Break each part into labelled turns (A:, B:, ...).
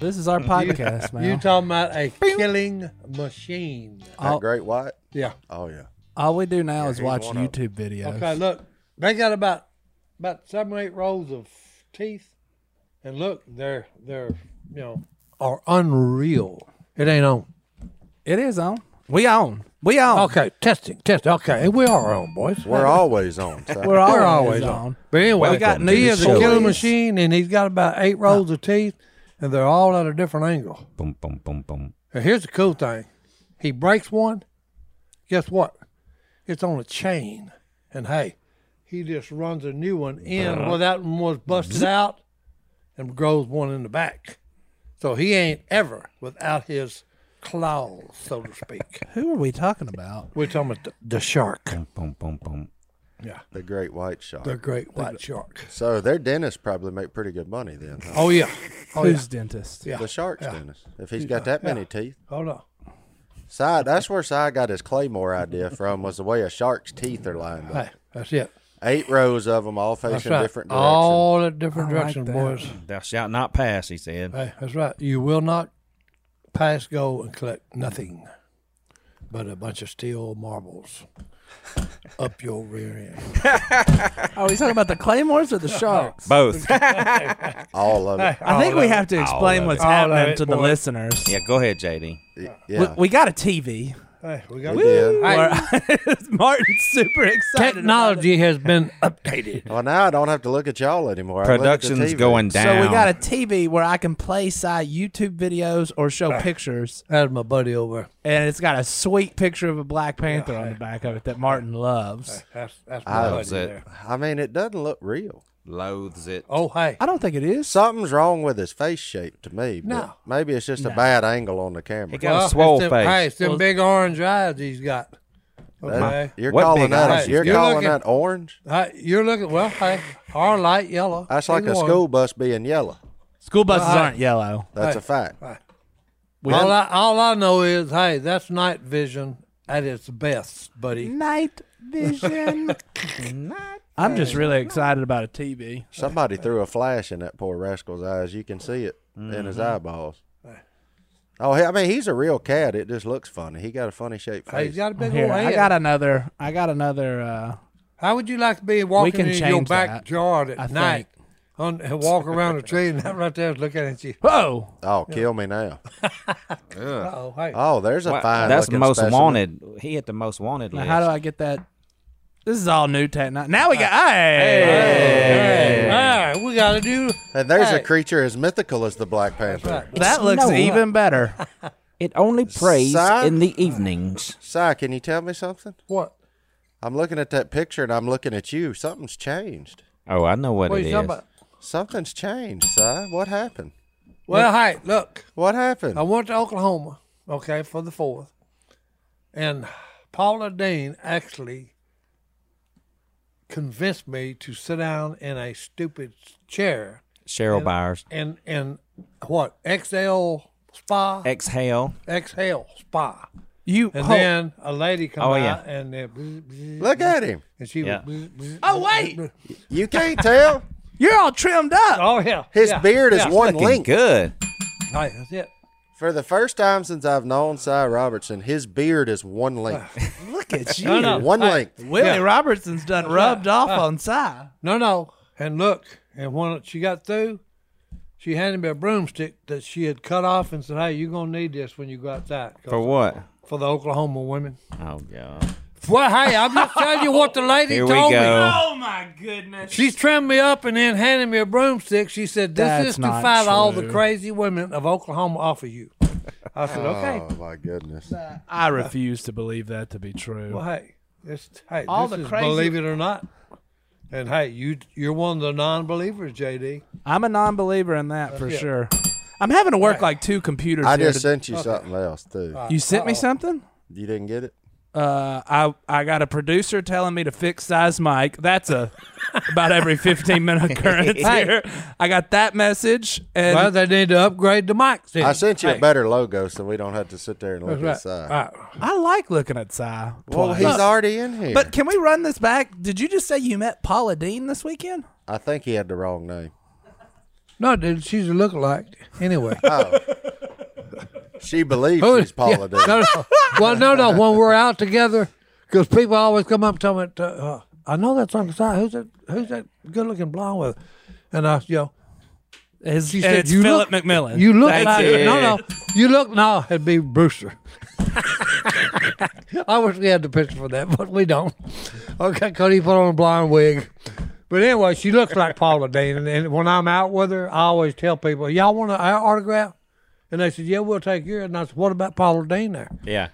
A: This is our podcast, man.
B: You talking about a killing machine?
A: Oh.
C: That great white?
B: Yeah.
C: Oh yeah.
A: All we do now is
C: he's
A: watch
C: one of
A: YouTube videos.
B: Okay, look, they got about about seven or eight rows of teeth, and look, they're they're you know are unreal. It ain't on.
A: It is on. We on. We on.
B: Okay, testing, testing. Okay, we are on, boys.
C: We're always on. Si.
A: We're,
B: We're
A: always
B: always
A: on.
B: on. But anyway,
A: We got
B: he
A: news
B: is a killer
A: stories.
B: machine, and he's got about eight rows of teeth, and they're all at a different angle.
D: Boom, boom, boom, boom.
B: And here's the cool thing: he breaks one. Guess what? It's on a chain, and hey, he just runs a new one in. Well, that one was busted out, and grows one in the back. So he ain't ever without his claws, so to speak.
A: Who are we talking about?
B: We're talking about the, the shark,
D: Boom, boom, boom.
C: the great white shark.
B: the great white shark.
C: So their dentists probably make pretty good money then. Huh?
B: Oh yeah, oh yeah.
A: Who's dentist?
B: yeah.
C: The shark's dentist. If he's got that many teeth.
B: Hold on.
C: Si, that's where Si got his claymore idea from was the way a shark's teeth are lined up.
B: Hey, that's it.
C: Eight rows of them, all
B: That's
C: facing
B: right.
C: different directions.
B: All at different
A: I like
B: directions,
A: that.
B: boys.
D: Thou shalt not pass, he said.
B: Hey, that's right. You will not pass go and collect nothing but a bunch of steel marbles up your rear end.
A: Are we talking about the claymores or the sharks?
D: Both. yeah,
C: All of it.
A: I think we have to explain
D: of
A: what's
B: it. All of
A: happening
B: it,
A: to the
B: boy.
A: listeners.
D: go ahead, JD.
A: We,
C: Yeah.
A: we got a TV.
B: Hey, we got
C: We did.
A: Where- Martin's super excited.
B: Technology has been updated.
C: Well, now I don't have to look at y'all anymore. I look at the
D: Production's
C: TV.
D: going
A: about it.
D: down.
A: So we got a TV where I can play side YouTube videos or show pictures,
B: That's my buddy over.
A: and it's got a sweet picture of a Black Panther on the back of it that Martin loves.
B: That's, that's my
C: I-
B: buddy
D: That's it.
B: there.
C: I mean, it doesn't look real.
D: loathes it.
B: Oh, hey.
A: I don't think it is.
C: Something's wrong with his face shape to me. But
B: No.
C: Maybe it's just a bad angle on the camera.
D: He got a swole
B: Oh, it's them,
D: face.
B: Hey, it's them
A: Well-
B: big orange eyes he's got. Okay.
C: That- you're
D: What
C: calling
D: big
C: that
D: eyes
C: you're
B: he's got.
C: calling
B: You're
C: that orange?
B: Hey, you're looking, well, hey, our light yellow.
C: That's like
B: Either
C: a
B: one.
C: school bus being yellow.
A: School buses
B: Well, I-
A: aren't yellow.
C: That's
B: Hey.
C: a fact.
B: All I, all I know is, hey, that's night vision at its best,
D: Mm-hmm.
B: buddy.
A: Night vision. I'm just really excited about a TV.
C: Somebody threw a flash in that poor rascal's eyes. You can see it in his
B: Mm-hmm.
C: eyeballs. Oh, he- I mean, he's a real cat. It just looks funny. He got a funny shaped
B: Hey, he's
C: face.
B: got a big
A: Here,
B: old head.
A: I got another. I got another. Uh,
B: How would you like to be walking
A: can
B: in your
A: change
B: backyard
A: that,
B: at
A: I
B: night on, and walk around a tree and that right there is looking at you?
A: whoa!
C: Oh, kill me now.
B: Oh, hey.
C: Oh, there's a
D: Wow,
C: fine.
D: that's the
C: looking
D: most
C: specimen.
D: wanted. He hit the most wanted
A: Now,
D: list.
A: how do I get that? This is all new technology. Now we got. Uh, Hey,
B: Hey, hey, we got to do.
C: And there's a
B: Hey.
C: creature as mythical as the Black Panther.
B: right.
A: that looks
D: No.
A: even better.
D: it only prays
C: Son.
D: in the evenings.
C: Si, can you tell me something?
B: What?
C: I'm looking at that picture and I'm looking at you. Something's changed.
D: Oh, I know what,
B: What are
D: it
B: you
D: is.
B: talking about?
C: Something's changed, Si. What happened?
B: Well, hey, look,
C: What happened?
B: I went to Oklahoma, okay, for the fourth, and Paula Dean actually convinced me to sit down in a stupid chair
D: Cheryl Byers.
B: in, in what, XL Spa?
D: Exhale.
B: XL Spa.
A: You. oh,
B: And
A: hold-
B: then a lady come
D: Oh, yeah.
B: out and uh, bzz, bzz,
C: Look at him.
B: and she
D: Yeah.
B: was. bzz, bzz,
A: oh
B: bzz,
A: wait,
B: bzz.
C: You can't tell.
A: you're all trimmed up.
B: Oh yeah.
C: His
B: yeah,
C: beard is
B: yeah.
C: one
D: Looking
C: link.
D: good.
B: Hey, that's it.
C: For the first time since I've known Si Robertson, his beard is one link.
A: Look at you.
B: No, no.
C: one
B: Hey.
C: length.
A: Willie
B: Yeah.
A: Robertson's done rubbed off on Si.
B: No, no. And look, and when she got through, she handed me a broomstick that she had cut off and said, "Hey, you're gonna need this when you go outside 'cause-
D: For what?
B: for the Oklahoma women."
D: Oh, God.
B: Well, hey, I'm just telling you what the lady
D: Here we
B: told me.
D: go.
A: Oh my goodness.
B: She trimmed me up and then handed me a broomstick. She said, "This
A: That's
B: is to
A: not
B: fight all the
A: true.
B: crazy women of Oklahoma off of you." I said, "Okay."
C: Oh my goodness.
A: I refuse to believe that to be true.
B: Well, hey, It's hey,
E: All
B: this
E: the
B: is
E: crazy-
B: believe it or not. And hey, you you're one of the non-believers, JD.
A: I'm a non-believer in that for sure. I'm having to work like two computers.
C: I
A: here
C: just
A: to-
C: sent you something else too.
A: you sent me something.
C: You didn't get it?
A: Uh, I I got a producer telling me to fix size mic. That's a about every 15 minute occurrence here. I got that message and
B: Well, they need to upgrade the mics. then.
C: I sent you a better logo so we don't have to sit there and look
B: That's right.
C: inside.
B: Right.
A: I like looking at Cy.
C: Well, he's already in here.
A: But can we run this back? Did you just say you met Paula Dean this weekend?
C: I think he had the wrong name.
B: No, dude, she's a lookalike. Anyway.
C: She believes
B: Who-
C: she's Paula
B: yeah. No,
C: Dean.
B: no. Well, no, no. When we're out together, because people always come up to me. To, uh, I know that's on the side. Who's that? Who's that good-looking blonde with? And I, you know,
A: His,
B: she
A: and
B: said,
A: it's
B: "You
A: Philip
B: look-
A: McMillan.
B: you look
D: That's
B: like
D: it.
B: no, no. You look no. It'd be Brewster. I wish we had the picture for that, but we don't. Okay, Cody put on a blonde wig. But anyway, she looks like Paula Dean, and, and when I'm out with her, I always tell people, "Y'all want an autograph?" And they said, "Yeah, we'll take yours." And I said, "What about Paula Dean there?"
D: Yeah.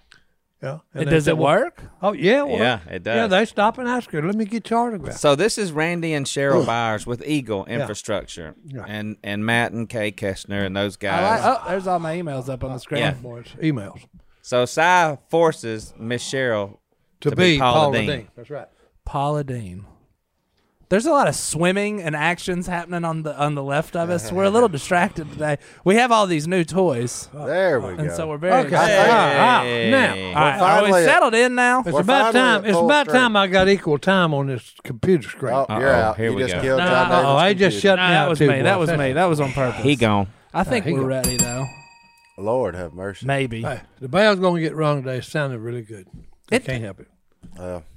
B: Yeah.
A: And
B: And
A: does
B: they
A: it
B: said, "Well,
A: work?
B: Oh yeah, well,
D: Yeah, it does.
B: Yeah, they stop and ask her. Let me get your autograph.
D: So this is Randy and Cheryl Byers with Eagle Infrastructure, and and Matt and Kay Kestner and those guys.
A: oh, there's all my emails up on the screen.
D: Yeah.
B: Boys, emails
D: So Cy forces Miss Cheryl
B: to,
D: be Paula Dean.
B: That's right.
A: Paula Dean. There's a lot of swimming and actions happening on the on the left of us. We're a little distracted today. We have all these new toys,
C: There we go.
A: and so we're very
B: Okay. All right,
D: Hey.
B: Now
A: All right, are we
C: finally-
A: settled in now?
B: it's
C: We're
B: about
C: finally
B: time.
C: at
B: It's
C: full
B: about
C: strength.
B: time I got equal time on this computer screen.
C: oh, you're
D: Uh-oh,
C: out.
D: here
C: you
D: we
C: just
D: go.
C: killed
A: No,
C: John
A: no,
C: David's
B: Oh, I just
C: computer.
B: shut
A: Nah,
B: me
A: that
B: out
A: was
B: too,
A: me. That
B: boys.
A: was
B: Hey,
A: me. That was on purpose.
D: He gone.
A: I think
B: he
A: we're
B: gone.
A: ready though.
C: Lord have mercy.
A: Maybe.
B: hey, the bell's gonna get rung today. It sounded really good. I can't help it.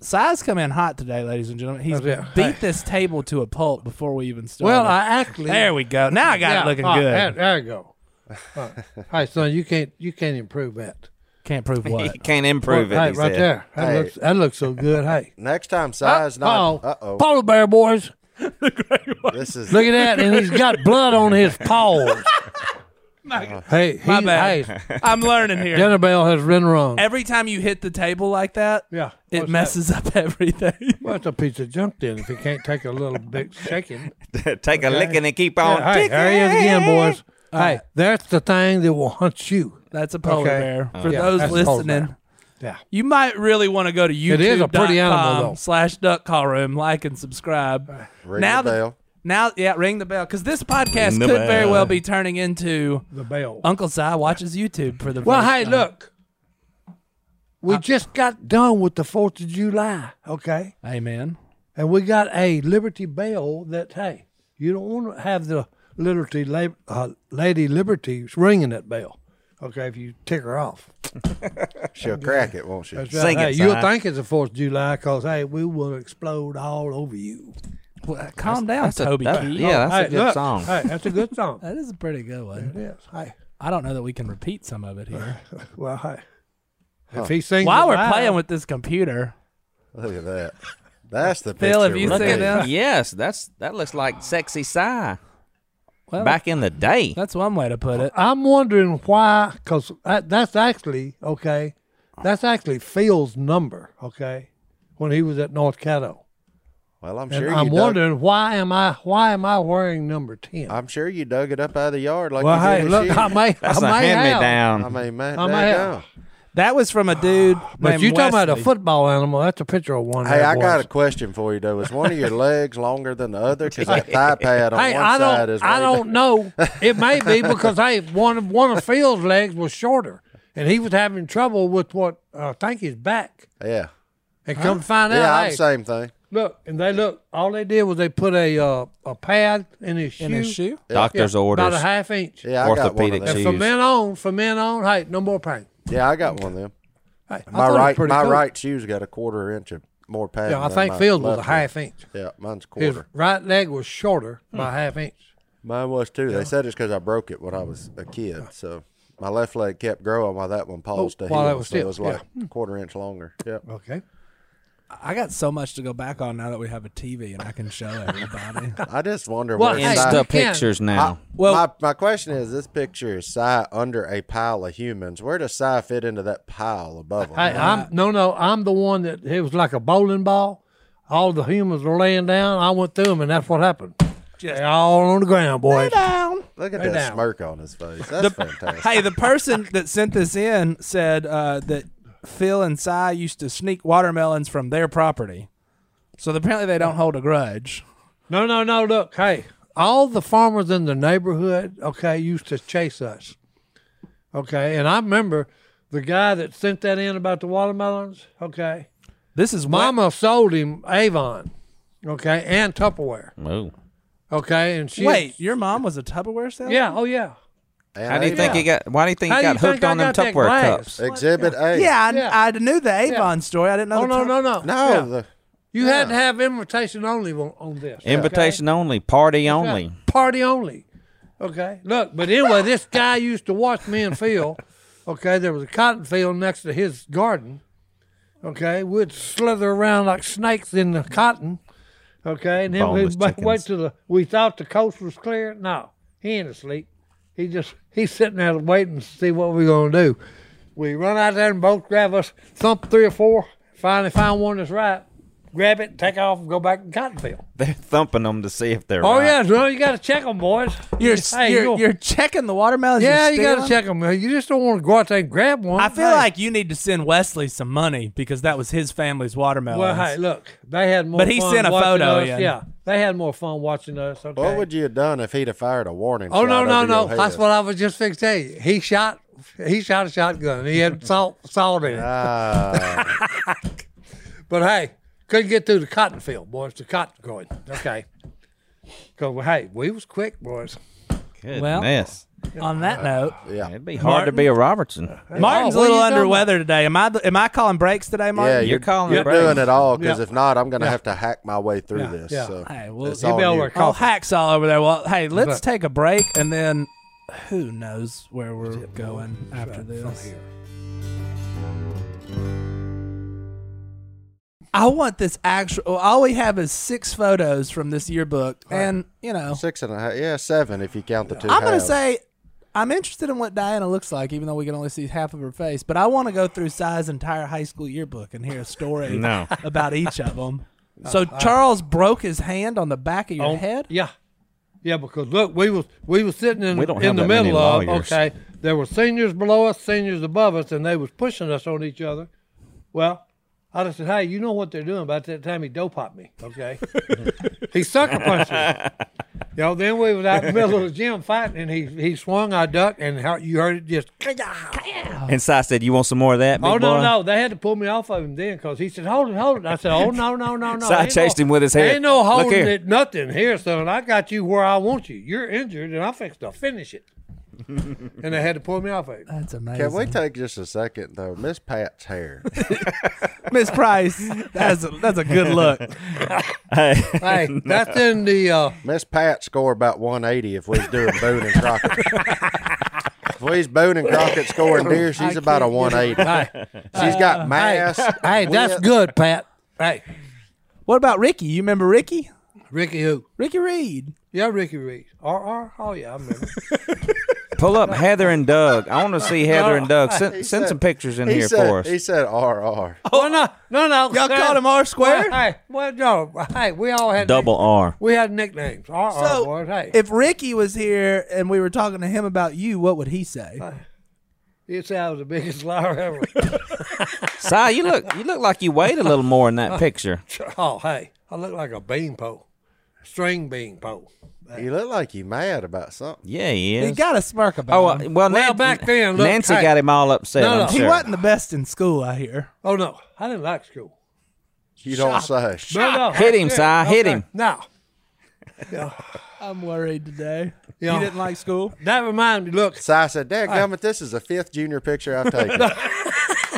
A: Size come in hot today, ladies and gentlemen. He's
B: That's it.
A: beat
B: Oh, Hey.
A: this table to a pulp before we even started.
B: Well, I actually
A: there we go. Now I got
B: yeah, Oh,
A: it looking
B: all right,
A: good.
B: There, there you go. All right. Hey, son, you can't you can't improve that.
A: Can't prove what.
D: He can't improve it.
B: hey,
D: he
B: right
D: said.
B: there. That
C: Hey.
B: looks that looks so good. Hey,
C: Next time, size
B: oh,
C: not. Uh oh.
B: polar bear boys.
C: This is.
B: Look at that, and he's got blood on his paws. hey, he,
A: My bad.
B: hey,
A: I'm learning here.
B: dinner bell has been rung.
A: Every time you hit the table like that,
B: Yeah.
A: it
B: What's
A: messes up everything.
B: Well, it's a piece of junk then if he can't take a little bit shaking.
D: Take a licking and keep on
B: hey,
D: ticking.
B: there he is again, boys. Hey, that's the thing that will hunt you.
A: That's a polar
B: Okay.
A: bear.
D: Oh,
A: For
B: yeah,
A: those
B: that's a polar bear.
A: listening,
B: Yeah.
A: you might really want to go to
B: It is a pretty animal, though.
A: youtube.com slash duck call room, like and subscribe.
C: Ring
A: now
C: the
A: that-
C: bell.
A: Now, yeah, ring the bell because this podcast
D: Ring the
A: could very
D: bell.
A: well be turning into
B: The bell.
A: Uncle Cy watches YouTube for the
B: Um, well,
A: first
B: hey,
A: time.
B: look. We just got done with the 4th of July, okay?
A: Amen.
B: And we got a Liberty Bell that, hey, you don't want to have the Liberty lab, uh, Lady Liberty ringing that bell, okay, if you tick her off.
C: She'll crack it, won't she?
B: That's
D: Sing
B: right.
D: it,
B: hey, you'll
D: Si.
B: think it's the 4th of July because, hey, we will explode all over you.
A: Well, calm down,
D: a-
A: Toby
D: that-
A: Keith.
D: yeah, that's
B: hey,
D: a good
B: look.
D: song.
B: Hey, that's a good song.
A: That is a pretty good one.
B: Yes. Hey,
A: I don't know that we can repeat some of it here.
B: well, hey. If he sings
A: While
B: it
A: we're
B: live-
A: playing with this computer,
C: Look at that. That's the picture.
A: Phil, have you
C: we
A: seen
C: need.
A: that?
D: Yes, that's that looks like sexy Cy
A: well,
D: back in the day.
A: that's one way to put it.
B: I'm wondering why, because that's actually, okay, that's actually Phil's number, okay, when he was at North Caddo.
C: Well, I'm
B: And
C: sure
B: I'm
C: you dug,
B: wondering why am I why am I wearing number 10?
C: I'm sure you dug it up out of the yard like
B: well,
C: you did
B: hey,
C: this
B: look,
C: year.
B: I may,
D: That's
B: I
D: a
B: may
D: hand me
B: have.
D: down.
C: I mean, man, oh.
B: I
C: there
B: may
C: you
B: have.
C: go.
A: That was from a dude
B: But
A: named
B: you talking about a
A: Wesley.
B: football animal? That's a picture of one.
C: Hey,
B: there,
C: I got
B: boys.
C: a question for you though. Is one of your legs longer than the other? Because that thigh pad on
B: Hey,
C: one
B: I
C: side
B: don't,
C: is.
B: I
C: way
B: don't know. It may be because hey, one of one of Phil's legs was shorter, and he was having trouble with what uh, I think his back.
C: big- Yeah,
B: And come to find out,
C: yeah, I'm
B: hey,
C: same thing.
B: look, and they look. All they did was they put a uh, a pad in his shoe,
A: in his shoe.
C: Yeah,
D: Doctor's
B: about
D: orders.
B: a half inch.
C: Yeah, I got one of
D: Orthopedic
C: them.
B: And
D: shoes.
B: from then on, from then on, hey, no more pain.
C: Yeah, I got one of them.
B: Hey, I
C: My
B: thought it was
C: right,
B: pretty
C: my
B: cool.
C: right shoe's got a quarter inch of more padding.
B: Yeah, I
C: than
B: think
C: my
B: Phil's was a
C: left
B: half inch.
C: one. Yeah, mine's
B: His
C: quarter.
B: right leg was shorter
C: Hmm.
B: by a half inch.
C: Mine was too. They said it's because I broke it when I was a kid. So my left leg kept growing Oh, while that one paused to
B: while that
C: heal.
B: was
C: So it
B: still-
C: was like quarter inch longer. Yep.
B: Okay.
A: I got so much to go back on now that we have a TV and I can show everybody.
C: I just wonder
B: Well,
C: what
B: hey,
C: side-
D: Insta
B: you can.
D: pictures now.
A: Well-
C: well, my, my question is: This picture is Psy under a pile of humans. Where does Psy fit into that pile above him?
B: Hey, I'm no, no. I'm the one that it was like a bowling ball. All the humans were laying down. I went through them, and that's what happened. They all on the ground, boys.
C: Look at
B: Lay
C: that
B: down.
C: smirk on his face. That's fantastic.
A: hey, the person that sent this in said uh, that Phil and Cy used to sneak watermelons from their property. So apparently they don't hold a grudge.
B: No, no, no. Look, hey, all the farmers in the neighborhood, okay, used to chase us. Okay, and I remember the guy that sent that in about the watermelons. Okay,
A: This is why
B: Mama sold him Avon. Okay, and Tupperware.
D: Ooh.
B: Okay, and she
A: Wait, your mom was a Tupperware salesman?
B: yeah, oh yeah.
C: And
D: How do you
C: Avon.
D: think he got? Why do you think
B: How
D: he
B: do you
D: got hooked
B: think I
D: on them
B: got that
D: Tupperware
B: glass?
D: cups?
C: Exhibit A.
A: Yeah, I,
B: Yeah.
A: I knew the Avon story. I didn't know.
B: Oh
A: the
B: no,
A: Tup-
B: no, no,
C: No,
B: Yeah.
C: the
B: You had to have invitation only on, on this.
D: Invitation only,
B: okay?
D: party only.
B: Party only. Okay. Look, but anyway, this guy used to watch me and Phil. Okay, there was a cotton field next to his garden. Okay, we'd slither around like snakes in the cotton. Okay, and then we'd
D: Boneless
B: ba- wait
D: chickens.
B: till the we thought the coast was clear. No, he ain't asleep. He just he's sitting there waiting to see what we're gonna do. We run out there and both grab us thump three or four. Finally, find one that's right. Grab it, take off, and go back in cotton field.
D: They're thumping them to see if they're.
B: Oh
D: right.
B: yeah, no, you got to check them, boys.
A: You're,
B: Hey,
A: you're,
B: you'll-
A: you're checking the watermelons.
B: yeah,
A: you're
B: you got to
A: stealing?
B: check them. You just don't want to go out there and grab one.
A: I feel
B: Hey.
A: like you need to send Wesley some money because that was his family's watermelons.
B: Well, hey, look, they had more.
A: But he
B: fun
A: sent a
B: watching
A: photo
B: us.
A: in.
B: Yeah, they had more fun watching us. Okay.
C: What would you have done if he'd have fired a warning?
B: Oh no,
C: shot
B: no,
C: over
B: no!
C: your
B: That's
C: head?
B: what I was just fixing to tell you. He shot. He shot a shotgun. He had salt, salt in it.
C: Ah,
B: But hey, couldn't get through the cotton field, boys. The cotton growing. Okay. Cause hey, we was quick, boys.
A: Well-
D: Goodness,
A: On that note,
C: yeah.
D: it'd be hard to be a Robertson.
A: Martin's a
B: Uh, Oh, what are
A: little
B: you
A: under
B: talking
A: weather today. Am I? the- Am I calling breaks today,
C: Yeah,
A: Martin?
D: You're
C: you're,
D: calling
C: you're
D: it breaks.
C: doing it all because
B: Yeah.
C: if not, I'm going to have to hack my way through this.
B: yeah.
C: So
A: Hey, well,
C: it's
B: you
C: on
B: better
C: you.
B: work
A: Oh,
B: Coffee.
A: hacksaw over there. Well, hey, let's
B: Right.
A: take a break and then who knows where we're going after this. I want this actual. All we have is six photos from this yearbook, and you know,
C: Six and a half, yeah, seven if you count the two.
A: I'm gonna
C: halves.
A: say I'm interested in what Diana looks like, even though we can only see half of her face. But I want to go through Sai's entire high school yearbook and hear a story
D: No.
A: about each of them. So Charles broke his hand on the back of your
B: Oh,
A: head.
B: Yeah, yeah. Because look, we was we was sitting in
D: We don't
B: in
D: have
B: the
D: that many
B: middle of
D: lawyers.
B: okay. There were seniors below us, seniors above us, and they was pushing us on each other. Well, I just said, hey, you know what they're doing? About that time, he dope popped me. Okay, he sucker punched me. You know, then we was out in the middle of the gym fighting, and he he swung, I ducked, and how, you heard it just.
D: And Si said, "You want some more of that?" Big
B: Oh no
D: boy?
B: no! They had to pull me off of him then because he said, "Hold it, hold it." I said, "Oh no no no no!"
D: So I
B: Ain't
D: chased
B: no-
D: him with his hair.
B: Ain't no
D: Look
B: holding
D: here.
B: it, nothing here, son. I got you where I want you. You're injured, and I fixed to finish it. and they had to pull me off of him.
A: That's
C: Can we
A: amazing.
C: take just a second though? Miss Pat's hair.
A: Miss Price, that's a, that's a good look.
B: Hey, that's in the. Uh,
C: Miss Pat score about 180 if we's doing Boone and Crockett. if we's Boone and Crockett scoring deer, she's about a 180.
B: hey,
C: She's
D: Uh,
C: got mass.
B: hey, that's
C: width.
B: good, Pat. Hey,
A: What about Ricky? You remember Ricky?
B: Ricky who?
A: Ricky Reed.
B: Yeah, Ricky Reed. R R. Oh yeah, I remember.
D: Pull up Heather and Doug. I want to see Heather and Doug. Send, send some pictures in
C: He
D: here
C: said-
D: for us.
C: He said RR.
B: oh no no no!
A: Y'all called him R squared?
B: Hey, well no. Hey, we all had
D: Double R.
B: We had nicknames. R R.
A: So,
B: boys, hey.
A: if Ricky was here and we were talking to him about you, what would he say?
B: You'd say I was the biggest liar ever.
D: Si, you look you look like you weighed a little more in that picture.
B: oh, hey, I look like a bean pole, string bean pole.
C: You look like you mad about something.
D: Yeah, he
A: He
D: is.
A: got a smirk about
D: oh
A: him.
D: well, well, Nan-
B: back then, look,
D: Nancy
B: hey.
D: got him all upset.
B: No,
D: I'm
B: no.
D: sure.
A: He wasn't the best in school, I hear.
B: Oh no, I didn't like school.
C: You don't say.
B: No, no,
D: Hit him, Si. Hit him.
B: Now
A: I'm worried today.
B: Yeah.
A: You didn't like school?
B: that reminds me. Look,
C: So I said, Dad, gummit, this is the fifth junior picture I've taken.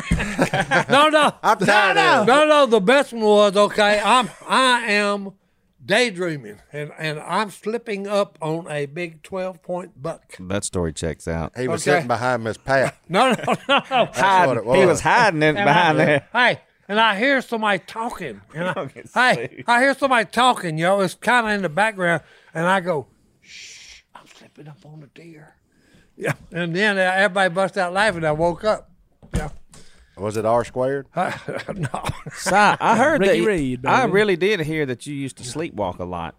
B: no, no,
C: I'm tired of it.
B: no, no. The best one was okay. I'm, I am daydreaming, and and I'm slipping up on a big twelve point buck.
D: That story checks out.
C: He was
B: Okay.
C: sitting behind Miss Pat.
B: No, no, no.
C: That's what it was.
D: He was hiding it behind there.
B: Hey, and I hear somebody talking. And I, hey, I hear somebody talking, yo. It's kind of in the background, and I go, "Shh, I'm slipping up on the deer." Yeah, and then uh, everybody bust out laughing. I woke up. Yeah,
C: Was it R squared?
B: no.
D: Si, I heard
A: Ricky
D: that.
A: Reed,
D: I
A: baby.
D: really did hear that you used to sleepwalk a lot.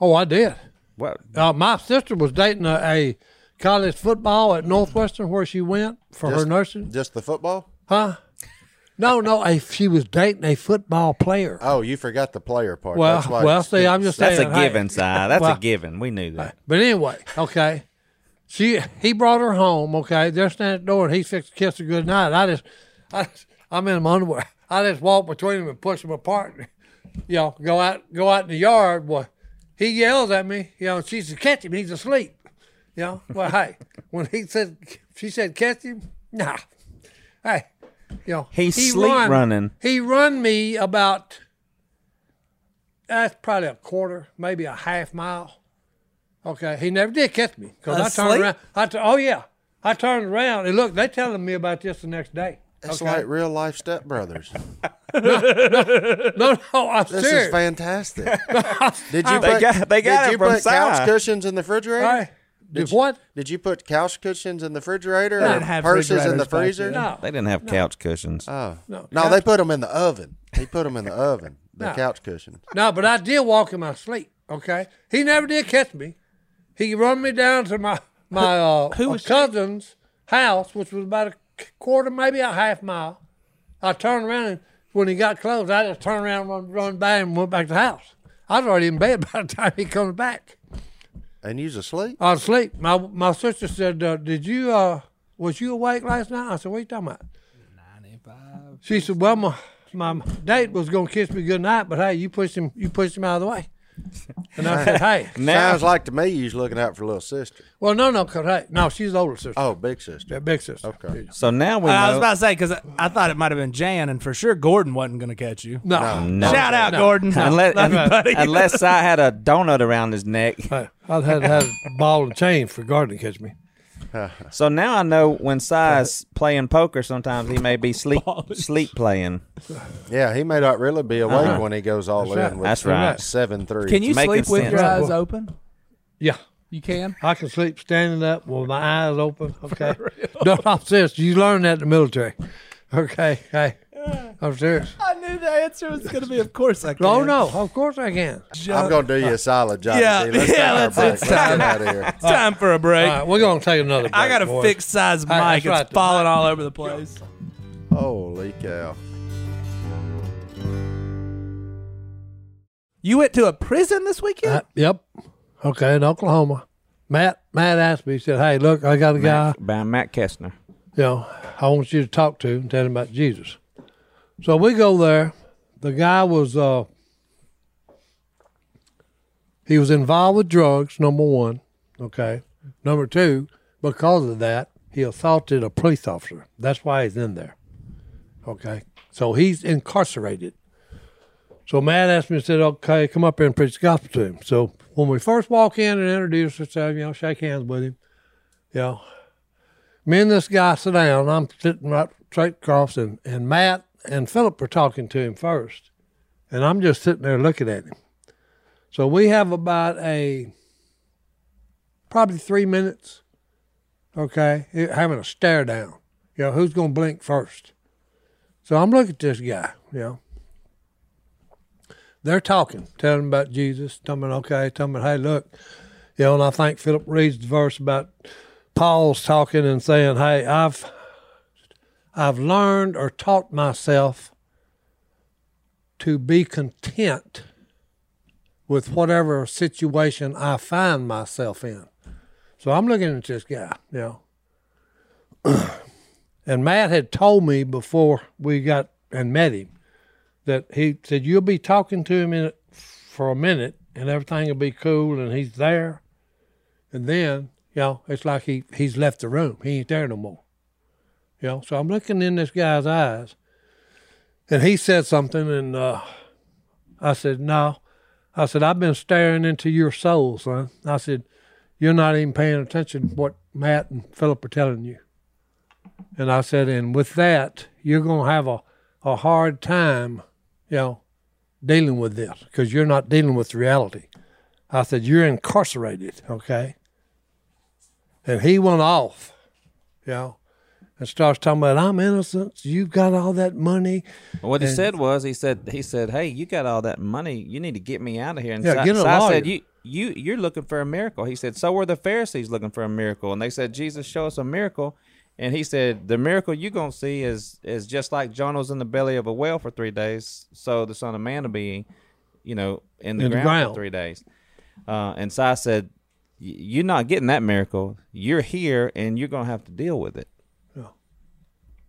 B: Oh, I did.
D: What?
B: Uh, my sister was dating a, a college football at Northwestern, where she went for her nursing.
C: Just the football?
B: Huh? No, no. A, she was dating a football player.
C: Oh, you forgot the player part.
B: Well,
C: That's why
B: well, see, I'm just
D: That's a
B: saying, hey.
D: given, Si. That's
B: Well-
D: a given. We knew that.
B: But anyway, okay. She he brought her home, okay. They're standing at the door and he fixed to kiss her good night. I just I just, I'm in my underwear. I just walk between them and push them apart. You know, go out go out in the yard, boy. He yells at me, you know, and she says, Catch him, he's asleep. You know, well hey, when he said she said catch him, nah. Hey. You know,
D: He's sleep running.
B: He run me about that's probably a quarter, maybe a half mile. Okay, he never did catch me because I turned
A: Asleep?
B: around. I tu- oh yeah, I turned around and look. They telling me about this the next day.
C: It's like real life stepbrothers.
B: No, no, I'm
C: This is
B: serious.
C: fantastic. did you
D: They
C: put,
D: got- they got
C: did
D: it
C: you
D: from
C: put couch
D: Si.
C: cushions in the refrigerator?
B: Hey, did what?
C: Did you put couch cushions in the refrigerator
A: They
C: or
A: didn't have
C: purses
A: refrigerators
C: in the
A: back then.
C: freezer?
B: No,
D: They didn't have couch cushions.
C: Oh. No,
B: couch-
C: they put them in the oven. He put them in the oven, the
B: No.
C: couch cushion.
B: no, but I did walk in my sleep. Okay, he never did catch me. He run me down to my my uh, cousin's house, which was about a qu- quarter, maybe a half mile. I turned around and when he got close, I just turned around, and run, run by, and went back to the house. I was already in bed by the time he comes back.
C: And you's asleep?
B: I was asleep. "Oh, My my sister said, uh, "Did you uh, was you awake last night?" I said, "What you talking about?" Ninety-five. She said, "Well, my my date was gonna kiss me good night, but hey, you pushed him. You pushed him out of the way." And I said, "Hey,
D: Now-
C: Sounds like to me you's looking out for little sister.
B: well, no, no, 'cause, hey, no, she's the older sister,
C: Oh, big sister.
B: that big sister."
C: Okay.
D: So now we
A: I was
D: know.
A: about to say because I, I thought it might have been Jan, and for sure Gordon wasn't going to catch you.
B: No,
A: Shout out,
B: No.
A: Gordon.
D: unless,
A: Love you, buddy.
D: unless I had a donut around his neck.
B: Hey, I'd had had a ball and chain for Gordon to catch me.
D: So now I know when Si's playing poker, sometimes he may be sleep sleep playing.
C: Yeah, he may not really be awake when he goes all in
B: right.
C: with
D: That's right.
C: seven three.
A: Can you
D: making
A: sleep with
D: sense.
A: your
B: Yeah.
A: eyes open?
B: Yeah.
A: You can.
B: I can sleep standing up with my eyes open. Okay. No, I'm serious. You learn that in the military. Okay. Hey, I'm serious.
A: I knew the answer was going to be, of course I can.
B: Oh no, of course I can.
C: I'm gonna do you a solid job.
A: Yeah,
C: Let's take
A: yeah,
C: our
A: let's-
C: break.
A: it's
C: Let's get out of here.
A: It's time for a break.
B: All right, we're gonna take another. Break,
A: I got a
B: boys.
A: fixed size mic.
B: that's
A: it's
B: right.
A: falling all over the place.
C: Holy cow!
A: You went to a prison this weekend?
B: Uh, yep. Okay, in Oklahoma, Matt Matt asked me. He said, "Hey, look, I got a guy.
D: By Matt Kestner.
B: You know, I want you to talk to and tell him about Jesus." So we go there. The guy was uh, he was involved with drugs. Number one. Okay. Number two, because of that, he assaulted a police officer. That's why he's in there. Okay. So he's incarcerated. So Matt asked me, said, okay, come up here and preach the gospel to him. So when we first walk in and introduce ourselves, you know, shake hands with him, you know, me and this guy sit down. I'm sitting right straight across, and, and Matt and Philip are talking to him first. And I'm just sitting there looking at him. So we have about a probably three minutes, okay, having a stare down. You know, who's going to blink first? So I'm looking at this guy, you know they're talking, telling them about Jesus, telling them, okay, telling them, hey, look, you know, and I think Philip reads the verse about Paul's talking and saying, hey, I've, I've learned or taught myself to be content with whatever situation I find myself in. So I'm looking at this guy, you know. and Matt had told me before we got and met him that he said you'll be talking to him in, for a minute and everything will be cool and he's there and then you know it's like he he's left the room he ain't there no more you know so i'm looking in this guy's eyes and he said something and uh, i said no i said i've been staring into your soul son i said you're not even paying attention to what matt and philip are telling you and i said and with that you're going to have a a hard time, you know, dealing with this because you're not dealing with reality. I said, You're incarcerated, okay? And he went off, you know, and starts talking about, I'm innocent. You got all that money.
D: What he said was, he said, he said, "Hey, you got all that money. You need to get me out of here." And
B: Yeah,
D: Si-
B: get a
D: Si
B: lawyer.
D: said, "You, you, you're looking for a miracle." He said, "So were the Pharisees looking for a miracle?" And they said, "Jesus, show us a miracle." And he said, "The miracle you're gonna see is is just like John was in the belly of a whale for three days. So the Son of Man will be, you know, in the,
B: In the
D: ground,
B: ground.
D: for three days." Uh, and Si said, "Y- "You're not getting that miracle. You're here, and you're gonna have to deal with it."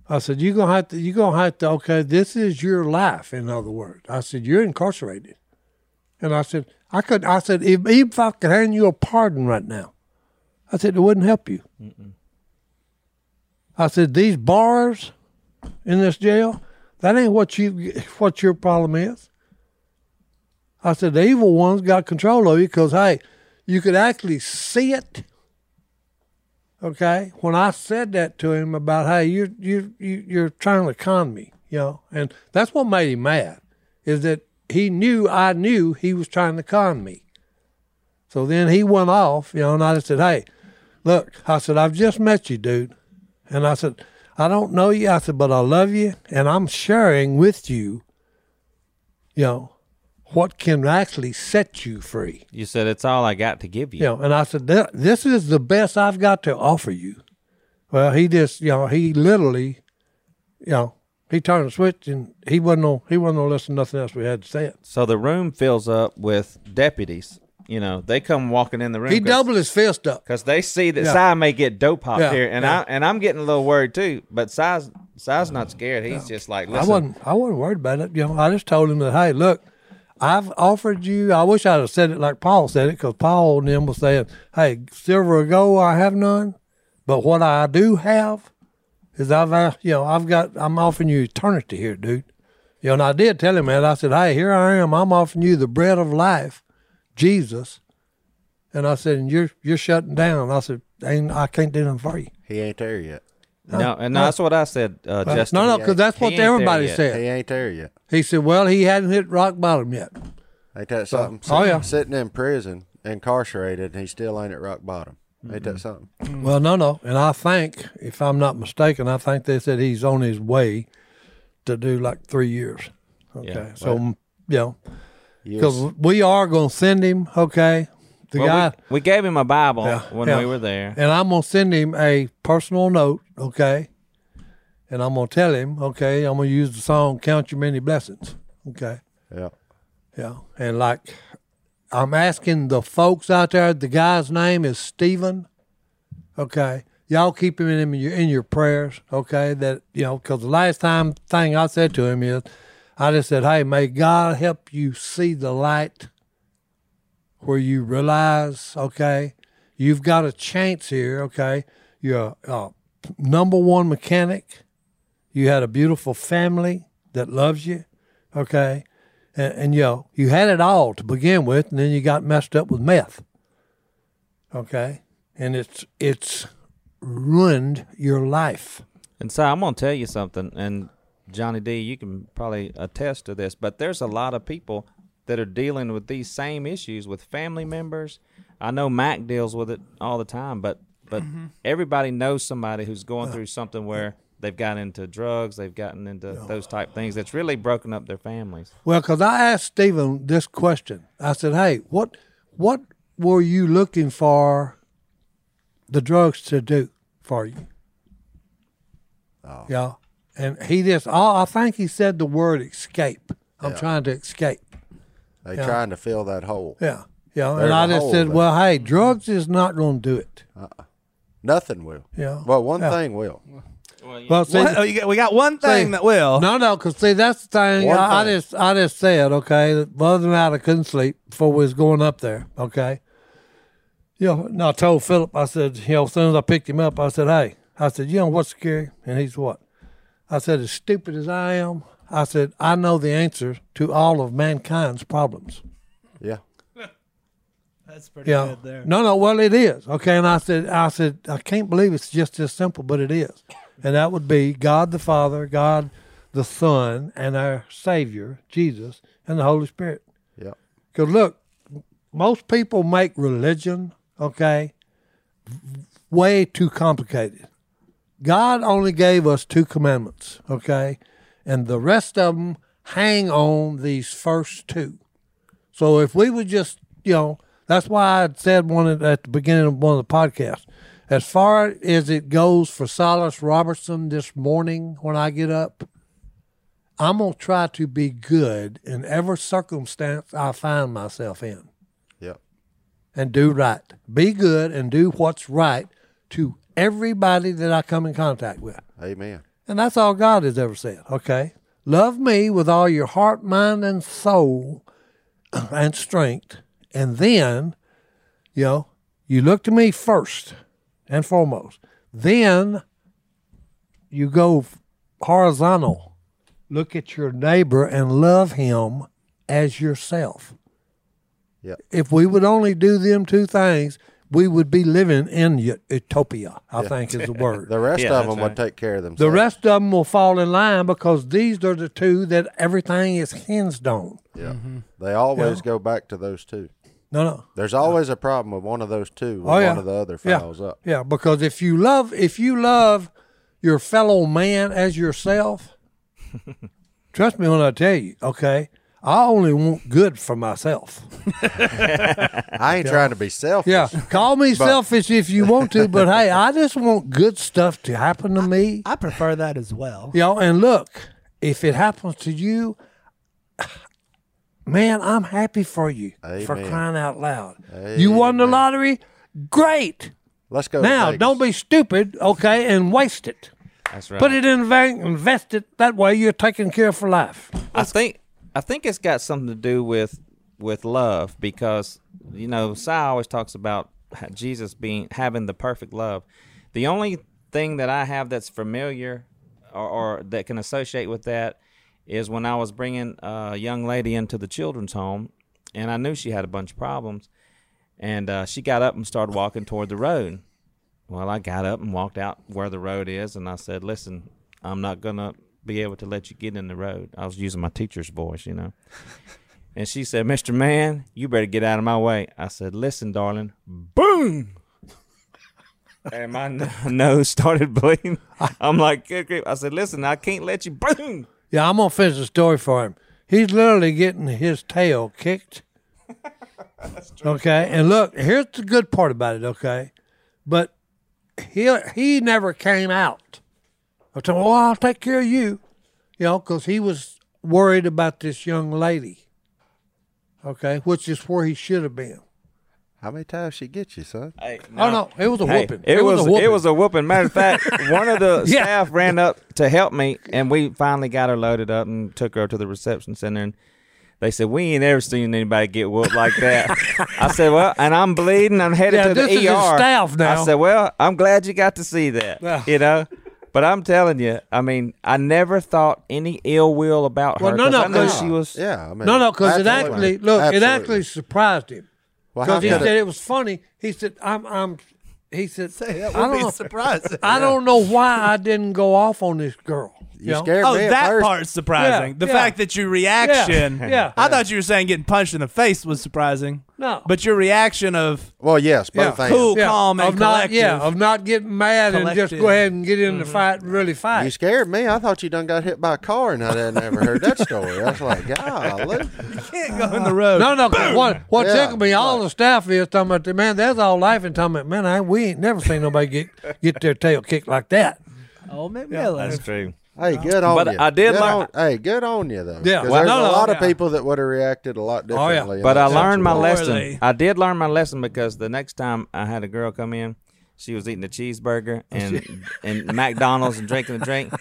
B: I said, You're going to have to, you're going to have to, okay, this is your life, in other words. I said, You're incarcerated. And I said, I could, I said, if, even if I could hand you a pardon right now, I said, it wouldn't help you. I said, These bars in this jail, that ain't what you, what your problem is. I said, The evil one's got control of you because, hey, you could actually see it okay when i said that to him about hey you're you're you- you're trying to con me you know and that's what made him mad is that he knew i knew he was trying to con me so then he went off you know and i just said hey look i said i've just met you dude and i said i don't know you i said but i love you and i'm sharing with you you know what can actually set you free
D: You said, "It's all I got to give you."
B: you know, and I said, "Th- "This is the best I've got to offer you." Well, he just, you know, he literally, you know, he turned the switch and he wasn't on. He wasn't on listen to nothing else we had to say. It.
D: So the room fills up with deputies. You know, they come walking in the room.
B: He doubled his fist up.
D: because they see that
B: Yeah.
D: Si may get dope hopped
B: Yeah,
D: here, and
B: yeah.
D: I and I'm getting a little worried too. But Si's Si's not scared. He's just like,
B: I
D: listen,
B: wasn't. I wasn't worried about it. You know, I just told him that, hey, look, I've offered you. I wish I'd have said it like Paul said it, because Paul and them was saying, hey, silver or gold, I have none, but what I do have is I've, asked- you know, I've got. I'm offering you eternity here, dude. You know, and I did tell him that. I said, hey, here I am. I'm offering you the bread of life, Jesus. And I said, and you're you're shutting down. I said, ain't I can't do nothing for you.
C: He ain't there yet.
D: no, and no, that's what I said, uh, Justin.
B: no, no, because that's what
D: He ain't there
B: everybody
D: yet.
C: He
B: said.
C: ain't there yet.
B: He said, well, he hadn't hit rock bottom yet.
C: Ain't that something?
B: oh, yeah.
C: Sitting in prison, incarcerated, and he still ain't at rock bottom. Ain't that something?
B: Well, no, no. And I think, if I'm not mistaken, I think they said he's on his way to do like three years. Okay.
D: Yeah,
B: so, m you know, because
C: Yes.
B: we are going to send him, okay, the
D: Well,
B: guy,
D: we, we gave him a Bible
B: Yeah,
D: when
B: yeah.
D: we were there.
B: and I'm going to send him a personal note, okay? And I'm going to tell him, okay, I'm going to use the song Count Your Many Blessings, okay?
C: Yeah.
B: Yeah. And like, I'm asking the folks out there, the guy's name is Stephen. Okay. Y'all keep him in your, in your prayers. Okay. That, you know, because the last time thing I said to him is, I just said, hey, may God help you see the light where you realize, okay, you've got a chance here. Okay. You're a, a number one mechanic. You had a beautiful family that loves you. Okay and, and you know, you had it all to begin with, and then you got messed up with meth. Okay, and it's it's ruined your life.
D: And so I'm gonna tell you something, and Johnny D, you can probably attest to this, but there's a lot of people that are dealing with these same issues with family members. I know Mac deals with it all the time, but but everybody knows somebody who's going through something where they've gotten into drugs, they've gotten into those type things that's really broken up their families.
B: Well, because I asked Stephen this question, I said, "Hey, what what were you looking for the drugs to do for you?"
C: Oh.
B: Yeah, and he just oh, I think he said the word escape. I'm trying to escape.
C: They trying to fill that hole.
B: Yeah, yeah.
C: There's
B: and I
C: a
B: just
C: hole
B: said,
C: there.
B: well, hey, drugs is not going to do it.
C: Nothing will.
B: Yeah.
C: Well, one
B: Yeah.
C: thing will.
B: Well, see,
A: What? Oh, you got, we got one thing that will.
B: no, no, because see, that's the thing.
C: One
B: I, I
C: thing.
B: just, I just said, okay, that the other night I couldn't sleep before we was going up there. Okay, you know, and I told Philip, I said, you know, as soon as I picked him up, I said, hey, I said, you know what's scary? And he's what? I said, as stupid as I am, I said, I know the answer to all of mankind's problems.
C: Yeah.
A: That's pretty
B: Yeah. No, no. Well, it is okay. And I said, I said, I can't believe it's just this simple, but it is. And that would be God the Father, God the Son, and our Savior, Jesus, and the Holy Spirit.
C: Yep.
B: Because look, most people make religion, okay, way too complicated. God only gave us two commandments, okay? And the rest of them hang on these first two. So if we would just, you know, that's why I said one at at the beginning of one of the podcasts. As far as it goes for Silas Robertson this morning when I get up, I'm going to try to be good in every circumstance I find myself in
C: Yep.
B: and do right. Be good and do what's right to everybody that I come in contact with.
C: Amen.
B: And that's all God has ever said, okay? Love me with all your heart, mind, and soul and strength. And then, you know, you look to me first and foremost. Then you go horizontal. Look at your neighbor and love him as yourself.
C: Yep.
B: If we would only do them two things, we would be living in ut- utopia, I think is the word.
C: The rest
D: Yeah,
C: of them
D: that's
C: would take care of themselves.
B: The rest of them will fall in line because these are the two that everything is hinged on.
C: Yeah.
B: Mm-hmm.
C: They always go back to those two.
B: No, no.
C: There's always a problem with one of those two when
B: Oh, yeah.
C: one of the other
B: Yeah.
C: fouls up.
B: Yeah, because if you love if you love your fellow man as yourself, trust me when I tell you, okay? I only want good for myself.
C: I ain't trying to be selfish.
B: Yeah. Call me selfish if you want to, but hey, I just want good stuff to happen to me.
A: I prefer that as well.
B: You know, and look, if it happens to you, man, I'm happy for you for
C: Amen.
B: crying out loud. You won the lottery? Great.
C: Let's go. to
B: Now,
C: Vegas.
B: don't be stupid, okay, and waste it.
D: That's right.
B: Put it in the bank, invest it. That way you're taken care of for life.
D: I think I think it's got something to do with with love because you know Si always talks about ha- Jesus being having the perfect love. The only thing that I have that's familiar or, or that can associate with that is when I was bringing a young lady into the children's home, and I knew she had a bunch of problems, and uh, she got up and started walking toward the road. Well, I got up and walked out where the road is, and I said, "Listen, I'm not gonna be able to let you get in the road." I was using my teacher's voice, you know. and she said, "Mr. Man, you better get out of my way." I said, "Listen, darling." Boom. And my n- nose started bleeding. I'm like, "Good grief." I said, "Listen, I can't let you." Boom.
B: Yeah, I'm gonna finish the story for him. He's literally getting his tail kicked. Okay, and look, here's the good part about it. Okay, but he he never came out. I told him, "Well, I'll take care of you," you know, because he was worried about this young lady. Okay, which is where he should have been.
C: How many times she get you, son?
D: Hey,
B: Oh no, it was a
D: Hey,
B: whooping.
D: It, was,
B: a whooping.
D: it was a whooping. Matter of fact, one of the
B: Yeah.
D: staff ran up to help me, and we finally got her loaded up and took her to the reception center. And they said, "We ain't ever seen anybody get whooped like that." I said, "Well," and I'm bleeding. I'm headed
B: Yeah,
D: to the
B: this is his
D: ER.
B: staff now.
D: I said, "Well, I'm glad you got to see that."
B: Yeah.
D: You know. But I'm telling you, I mean, I never thought any ill will about
B: Well,
D: her.
B: no,
D: 'cause
B: no,
D: I know
B: no.
D: she was.
C: Yeah. I mean,
B: no, no, because it
C: absolutely.
B: actually look, it
C: Absolutely.
B: actually surprised him.
C: Well, how
B: because he
C: could
B: said
C: it-
B: it was funny. He said, "I'm, I'm." He said,
A: That
B: "I
A: would
B: don't,
A: be
B: know,
A: surprising.
B: I don't know why I didn't go off on this girl."
C: you
B: know?
C: scared
A: Oh,
C: me at
A: that
C: first.
A: part's surprising.
B: Yeah,
A: the
B: yeah.
A: fact that your reaction.
B: yeah.
A: I thought you were saying getting punched in the face was surprising.
B: No.
A: But your reaction of
C: Well, yes,
B: Yeah.
C: both hands.
A: cool, calm, and
B: of not,
A: collective.
B: yeah, of not getting mad and just
A: Collective. Mm-hmm.
B: go ahead and get in the fight and really
C: You
B: fight.
C: scared me. I thought you done got hit by a car, and I done never heard that story. I was like, golly.
A: can't go in the road.
B: Uh, No, no. 'cause What what
C: Yeah.
B: tickled me? All the staff is talking about, the man, that's all life, and talking about, man, I, we ain't never seen nobody get get their tail kicked like that.
A: Oh, McMillan.
D: That's true.
C: Hey, good on
D: But
C: you.
D: I did
C: good
D: learn-
C: on- hey, good on you though.
B: Yeah.
C: 'Cause
B: Well,
C: there's
B: no,
C: a
B: no,
C: lot of
B: yeah. Oh,
C: people that would have reacted a lot
B: yeah.
C: differently. in
D: But
C: that
D: I learned my
C: situation.
A: Poorly.
D: lesson. I did learn my lesson because the next time I had a girl come in, she was eating a cheeseburger and and McDonald's and drinking a drink.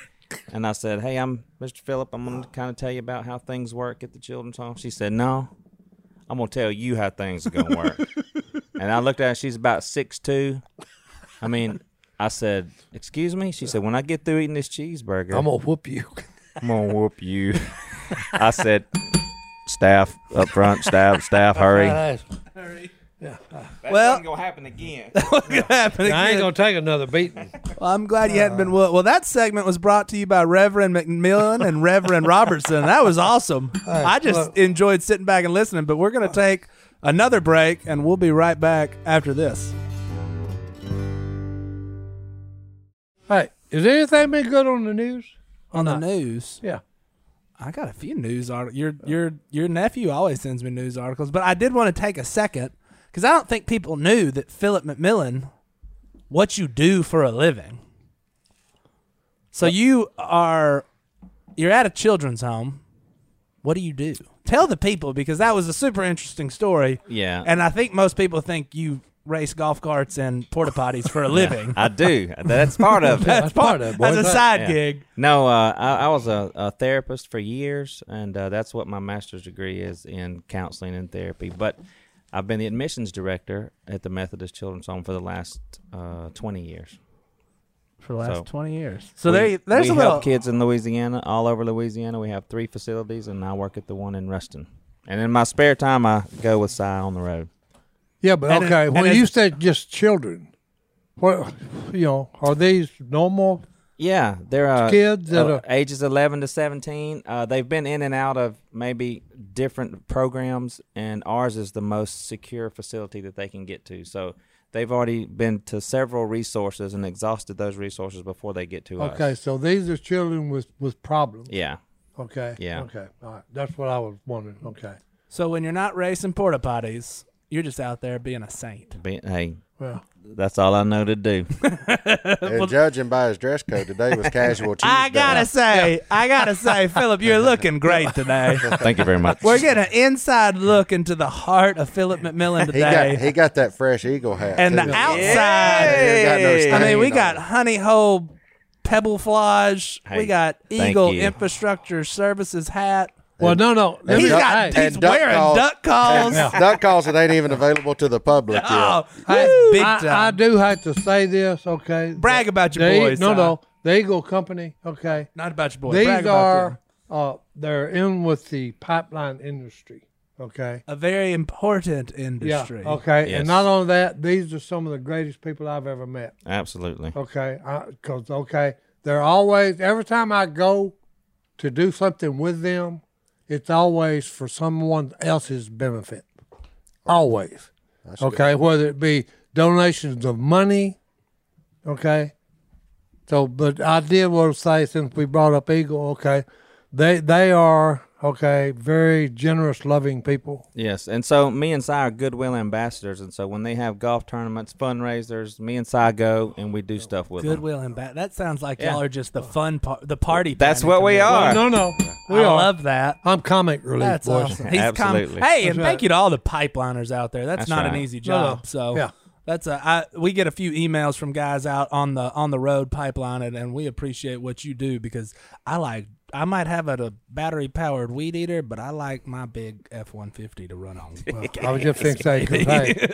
D: And I said, "Hey, I'm Mr. Phillip. I'm going to kind of tell you about how things work at the children's home." She said, "No, I'm going to tell you how things are going to work." and I looked at her. She's about six two. I mean, I said, "Excuse me." She said, "When I get through eating this cheeseburger,
B: I'm gonna whoop you.
D: I'm gonna whoop you. I said, staff up front, staff, staff, hurry.
B: Nice.
D: That
A: Well-
D: ain't gonna happen again.
B: I ain't gonna take another beating.
A: Well, I'm glad you hadn't been. Well, well, that segment was brought to you by Reverend McMillan and Reverend Robertson. That was awesome. I just
B: look.
A: enjoyed sitting back and listening. But we're going to take another break, and we'll be right back after this.
B: hey, is anything been good on the news?
A: On the news,
B: Yeah.
A: I got a few news articles. Your your your nephew always sends me news articles, but I did want to take a second because I don't think people knew that Philip McMillan, what you do for a living. So you are, you're at a children's home. What do you do? Tell the people because that was a super interesting story.
D: Yeah.
A: and I think most people think you race golf carts and porta potties for a living.
D: I do. That's part of it.
B: That's part of it.
A: That's
B: boy.
A: a side
D: Yeah.
A: gig.
D: No, uh, I, I was a, a therapist for years, and uh, that's what my master's degree is in counseling and therapy. But I've been the admissions director at the Methodist Children's Home for the last uh, 20 years.
A: For the last
D: So-
A: twenty years. So
D: we,
A: there, you- there's
D: we
A: a
D: help
A: little
D: kids in Louisiana, all over Louisiana. We have three facilities, and I work at the one in Ruston. And in my spare time, I go with Si on the road.
B: Yeah, but
A: And it-
B: okay.
A: and
B: when
A: it's-
B: you said just children, what you know, are these normal?
D: Yeah, they're uh,
B: Kids that
D: uh,
B: are-
D: ages eleven to seventeen. Uh, they've been in and out of maybe different programs, and ours is the most secure facility that they can get to. So they've already been to several resources and exhausted those resources before they get to us.
B: Okay, so these are children with with problems.
D: Yeah.
B: Okay.
D: Yeah.
B: Okay. All right. That's what I was wondering. Okay.
A: So when you're not racing porta potties, you're just out there being a saint.
D: Be- hey,
B: Well,
D: that's all I know to do.
C: And judging by his dress code, today was casual Tuesday.
A: I gotta say, I gotta say, Philip, you're looking great today.
D: Thank you very much.
A: We're getting an inside look into the heart of Philip McMillan
C: He got
A: today,
C: he got that fresh eagle hat.
A: and the
C: too.
A: outside.
C: He got no
A: I mean, we
C: stain
A: got
C: on it.
A: honey hole pebble flage. we
D: Hey,
A: got
D: thank
A: Eagle
D: you.
A: Infrastructure Services hat.
B: well, no, no. let
A: He's
B: me-
A: got
B: hey,
A: he's
C: and duck
A: wearing
C: calls.
A: duck calls.
C: duck calls that ain't even available to the public
A: Oh,
B: hey,
A: woo, big
B: I,
A: time.
B: I do have to say this. Okay.
A: Brag about your
B: They-
A: boys.
B: No,
A: Si.
B: no. The Eagle Company. Okay.
A: not about your boys.
B: These
A: Brag about them.
B: are uh, they're in with the pipeline industry. Okay.
A: a very important industry.
B: Yeah. Okay.
D: Yes.
B: And not only that, these are some of the greatest people I've ever met.
D: Absolutely.
B: Okay. Because okay, they're always every time I go to do something with them, it's always for someone else's benefit. Always. okay. Whether it be donations of money. Okay. So, but I did want to say since we brought up Eagle, okay, they they are okay, very generous, loving people.
D: Yes, and so me and Si are goodwill ambassadors, and so when they have golf tournaments, fundraisers, me and Si go and we do stuff with them.
A: Goodwill and bad. That sounds like
D: Yeah.
A: y'all are just the fun part, the party.
D: That's
A: planning
D: what we
A: committee.
D: are.
B: No, no, we
A: I
B: are.
A: love that.
B: I'm comic relief,
A: That's
B: boys.
A: awesome. He's
D: Absolutely.
A: Com- hey, and
B: That's right.
A: thank you to all the pipeliners out there. That's,
D: That's
A: not an
D: right.
A: easy
B: No, no.
A: job. So
B: Yeah.
A: that's a I, we get a few emails from guys out on the on the road pipeline, and, and we appreciate what you do because I like I might have a, battery powered weed eater, but I like my big F one fifty to run on.
B: I was just fixing to say, 'cause, hey,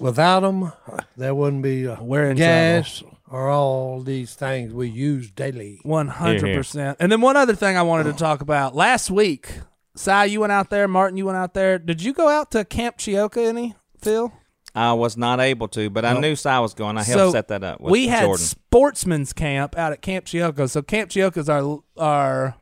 B: without them, there wouldn't be uh,
A: We're in
B: gas or all these things we use daily.
A: One hundred percent. And then one other thing I wanted to talk about last week. Si, you went out there. Martin, you went out there. Did you go out to Camp Chioka any, Phil?
D: I was not able to, but I knew Si was going. I helped set that up. With
A: we had
D: Jordan.
A: sportsman's camp out at Camp Chioka. So Camp Chioka is our our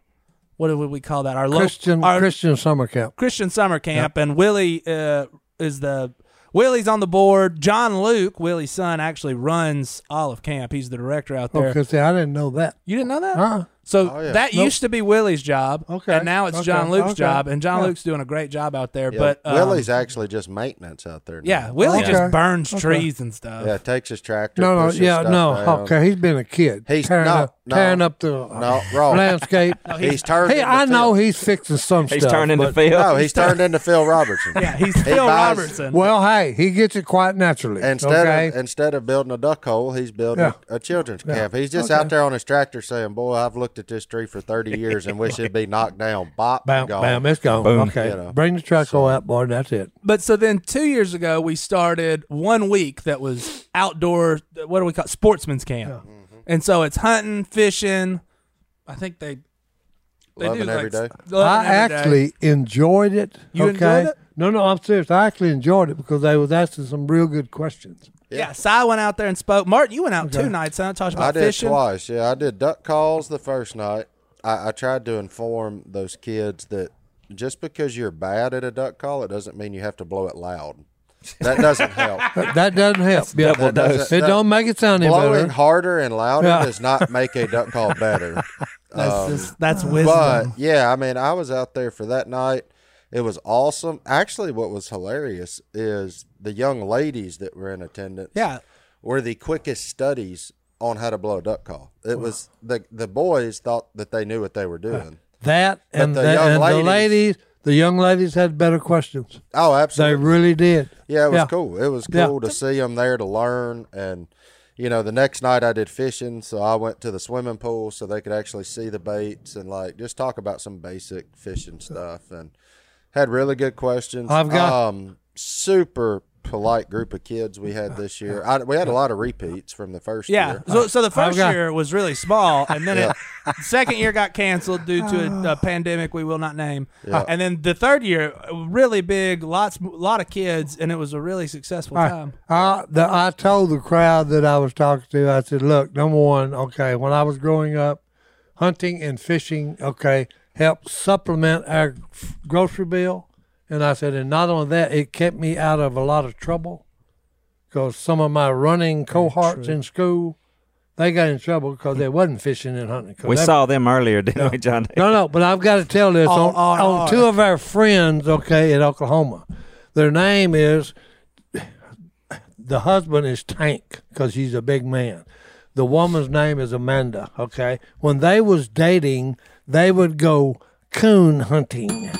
A: what would we call that? Our lo-
B: Christian
A: our
B: Christian summer camp.
A: Christian summer camp, and Willie uh, is the Willie's on the board. John Luke, Willie's son, actually runs all of camp. He's the director out there.
B: Because see, Oh, I didn't know that.
A: You didn't know that?
B: Uh-uh.
A: So
C: Oh, yeah.
A: that
B: Nope.
A: used to be Willie's job,
B: Okay.
A: and now it's
B: Okay.
A: John Luke's
B: Okay.
A: job, and John
B: Yeah.
A: Luke's doing a great job out there.
C: Yeah,
A: But um,
C: Willie's actually just maintenance out there. now.
A: yeah, Willie
D: Okay.
A: just burns trees and stuff.
C: yeah, takes his tractor.
B: No, no,
C: pushes
B: yeah,
C: stuff
B: no. Oh,
C: down.
B: Okay, he's been a kid.
C: He's-
B: tearing
C: no,
B: up,
C: no.
B: tearing up the uh,
C: No, wrong.
B: landscape.
C: He's turned.
B: hey,
C: into
B: I know
C: Phil.
B: he's fixing some
D: He's
B: stuff.
D: turning the
B: but- Oh,
D: field.
C: No, he's turned into Phil Robertson.
A: Yeah, he's
C: He
A: Phil
C: buys-
A: Robertson.
B: Well, hey, he gets it quite naturally.
C: Instead
B: okay?
C: of instead of building a duck hole, he's building
B: Yeah.
C: a children's camp. He's just out there on his tractor saying, "Boy, I've looked at this tree for thirty years and wish it'd be knocked down." Bop,
B: bam,
C: gone.
B: bam, it's gone. Okay,
C: You know.
B: bring the truck out, boy. and That's it.
A: But so then two years ago, we started one week that was outdoor, what do we call it?
C: Mm-hmm.
A: Sportsman's camp. And so it's hunting, fishing. I think they They
C: Loving
A: do,
C: every day.
A: like, s-
B: I
A: loving every day.
B: actually enjoyed it.
A: You
B: okay?
A: enjoyed it?
B: No, no, I'm serious. I actually enjoyed it because they was asking some real good questions.
A: Yeah. Cy went out there and spoke. Martin, you went out two nights. Huh? Talked about
C: I did
A: fishing.
C: twice. Yeah, I did duck calls the first night. I, I tried to inform those kids that just because you're bad at a duck call, it doesn't mean you have to blow it loud. That doesn't help.
B: That that doesn't help. yeah,
C: double dose.
B: It don't make it sound any
C: Blowing
B: better.
C: harder and louder
B: Yeah.
C: does not make a duck call better.
A: That's, just, that's wisdom.
C: But yeah, I mean, I was out there for that night. It was awesome. Actually, what was hilarious is the young ladies that were in attendance.
A: Yeah.
C: were the quickest studies on how to blow a duck call. It was the the boys thought that they knew what they were doing.
B: That and,
C: the
B: the,
C: young
B: and the
C: ladies-
B: ladies, the young ladies had better questions.
C: Oh,
B: They
C: absolutely.
B: really did.
C: Yeah, it was
B: yeah.
C: cool. It was
B: Yeah.
C: cool to see them there to learn. And, you know, the next night I did fishing. So I went to the swimming pool so they could actually see the baits and, like, just talk about some basic fishing stuff. And had really good questions.
B: I've got-
C: um, super polite group of kids we had this year. I, we had a lot of repeats from the first
A: yeah.
C: year.
A: So, so
B: Oh,
A: the first
B: got-
A: year was really small, and then it, the second year got canceled due to a, a pandemic we will not name. Uh, And then the third year, really big, lots, lot of kids, and it was a really successful time.
B: I, the, I told the crowd that I was talking to, I said, look, number one, okay, when I was growing up, hunting and fishing, okay, helped supplement our f- grocery bill. And I said, and not only that, it kept me out of a lot of trouble because some of my running cohorts in school, they got in trouble because they wasn't fishing and hunting. 'Cause
D: We
B: that-
D: saw them earlier, didn't we, Johnny?
B: no, no, but I've got to tell this
A: R,
B: on,
A: R, R.
B: on two of our friends, okay, in Oklahoma. Their name is the husband is Tank because he's a big man. The woman's name is Amanda, okay? When they was dating, they would go coon hunting.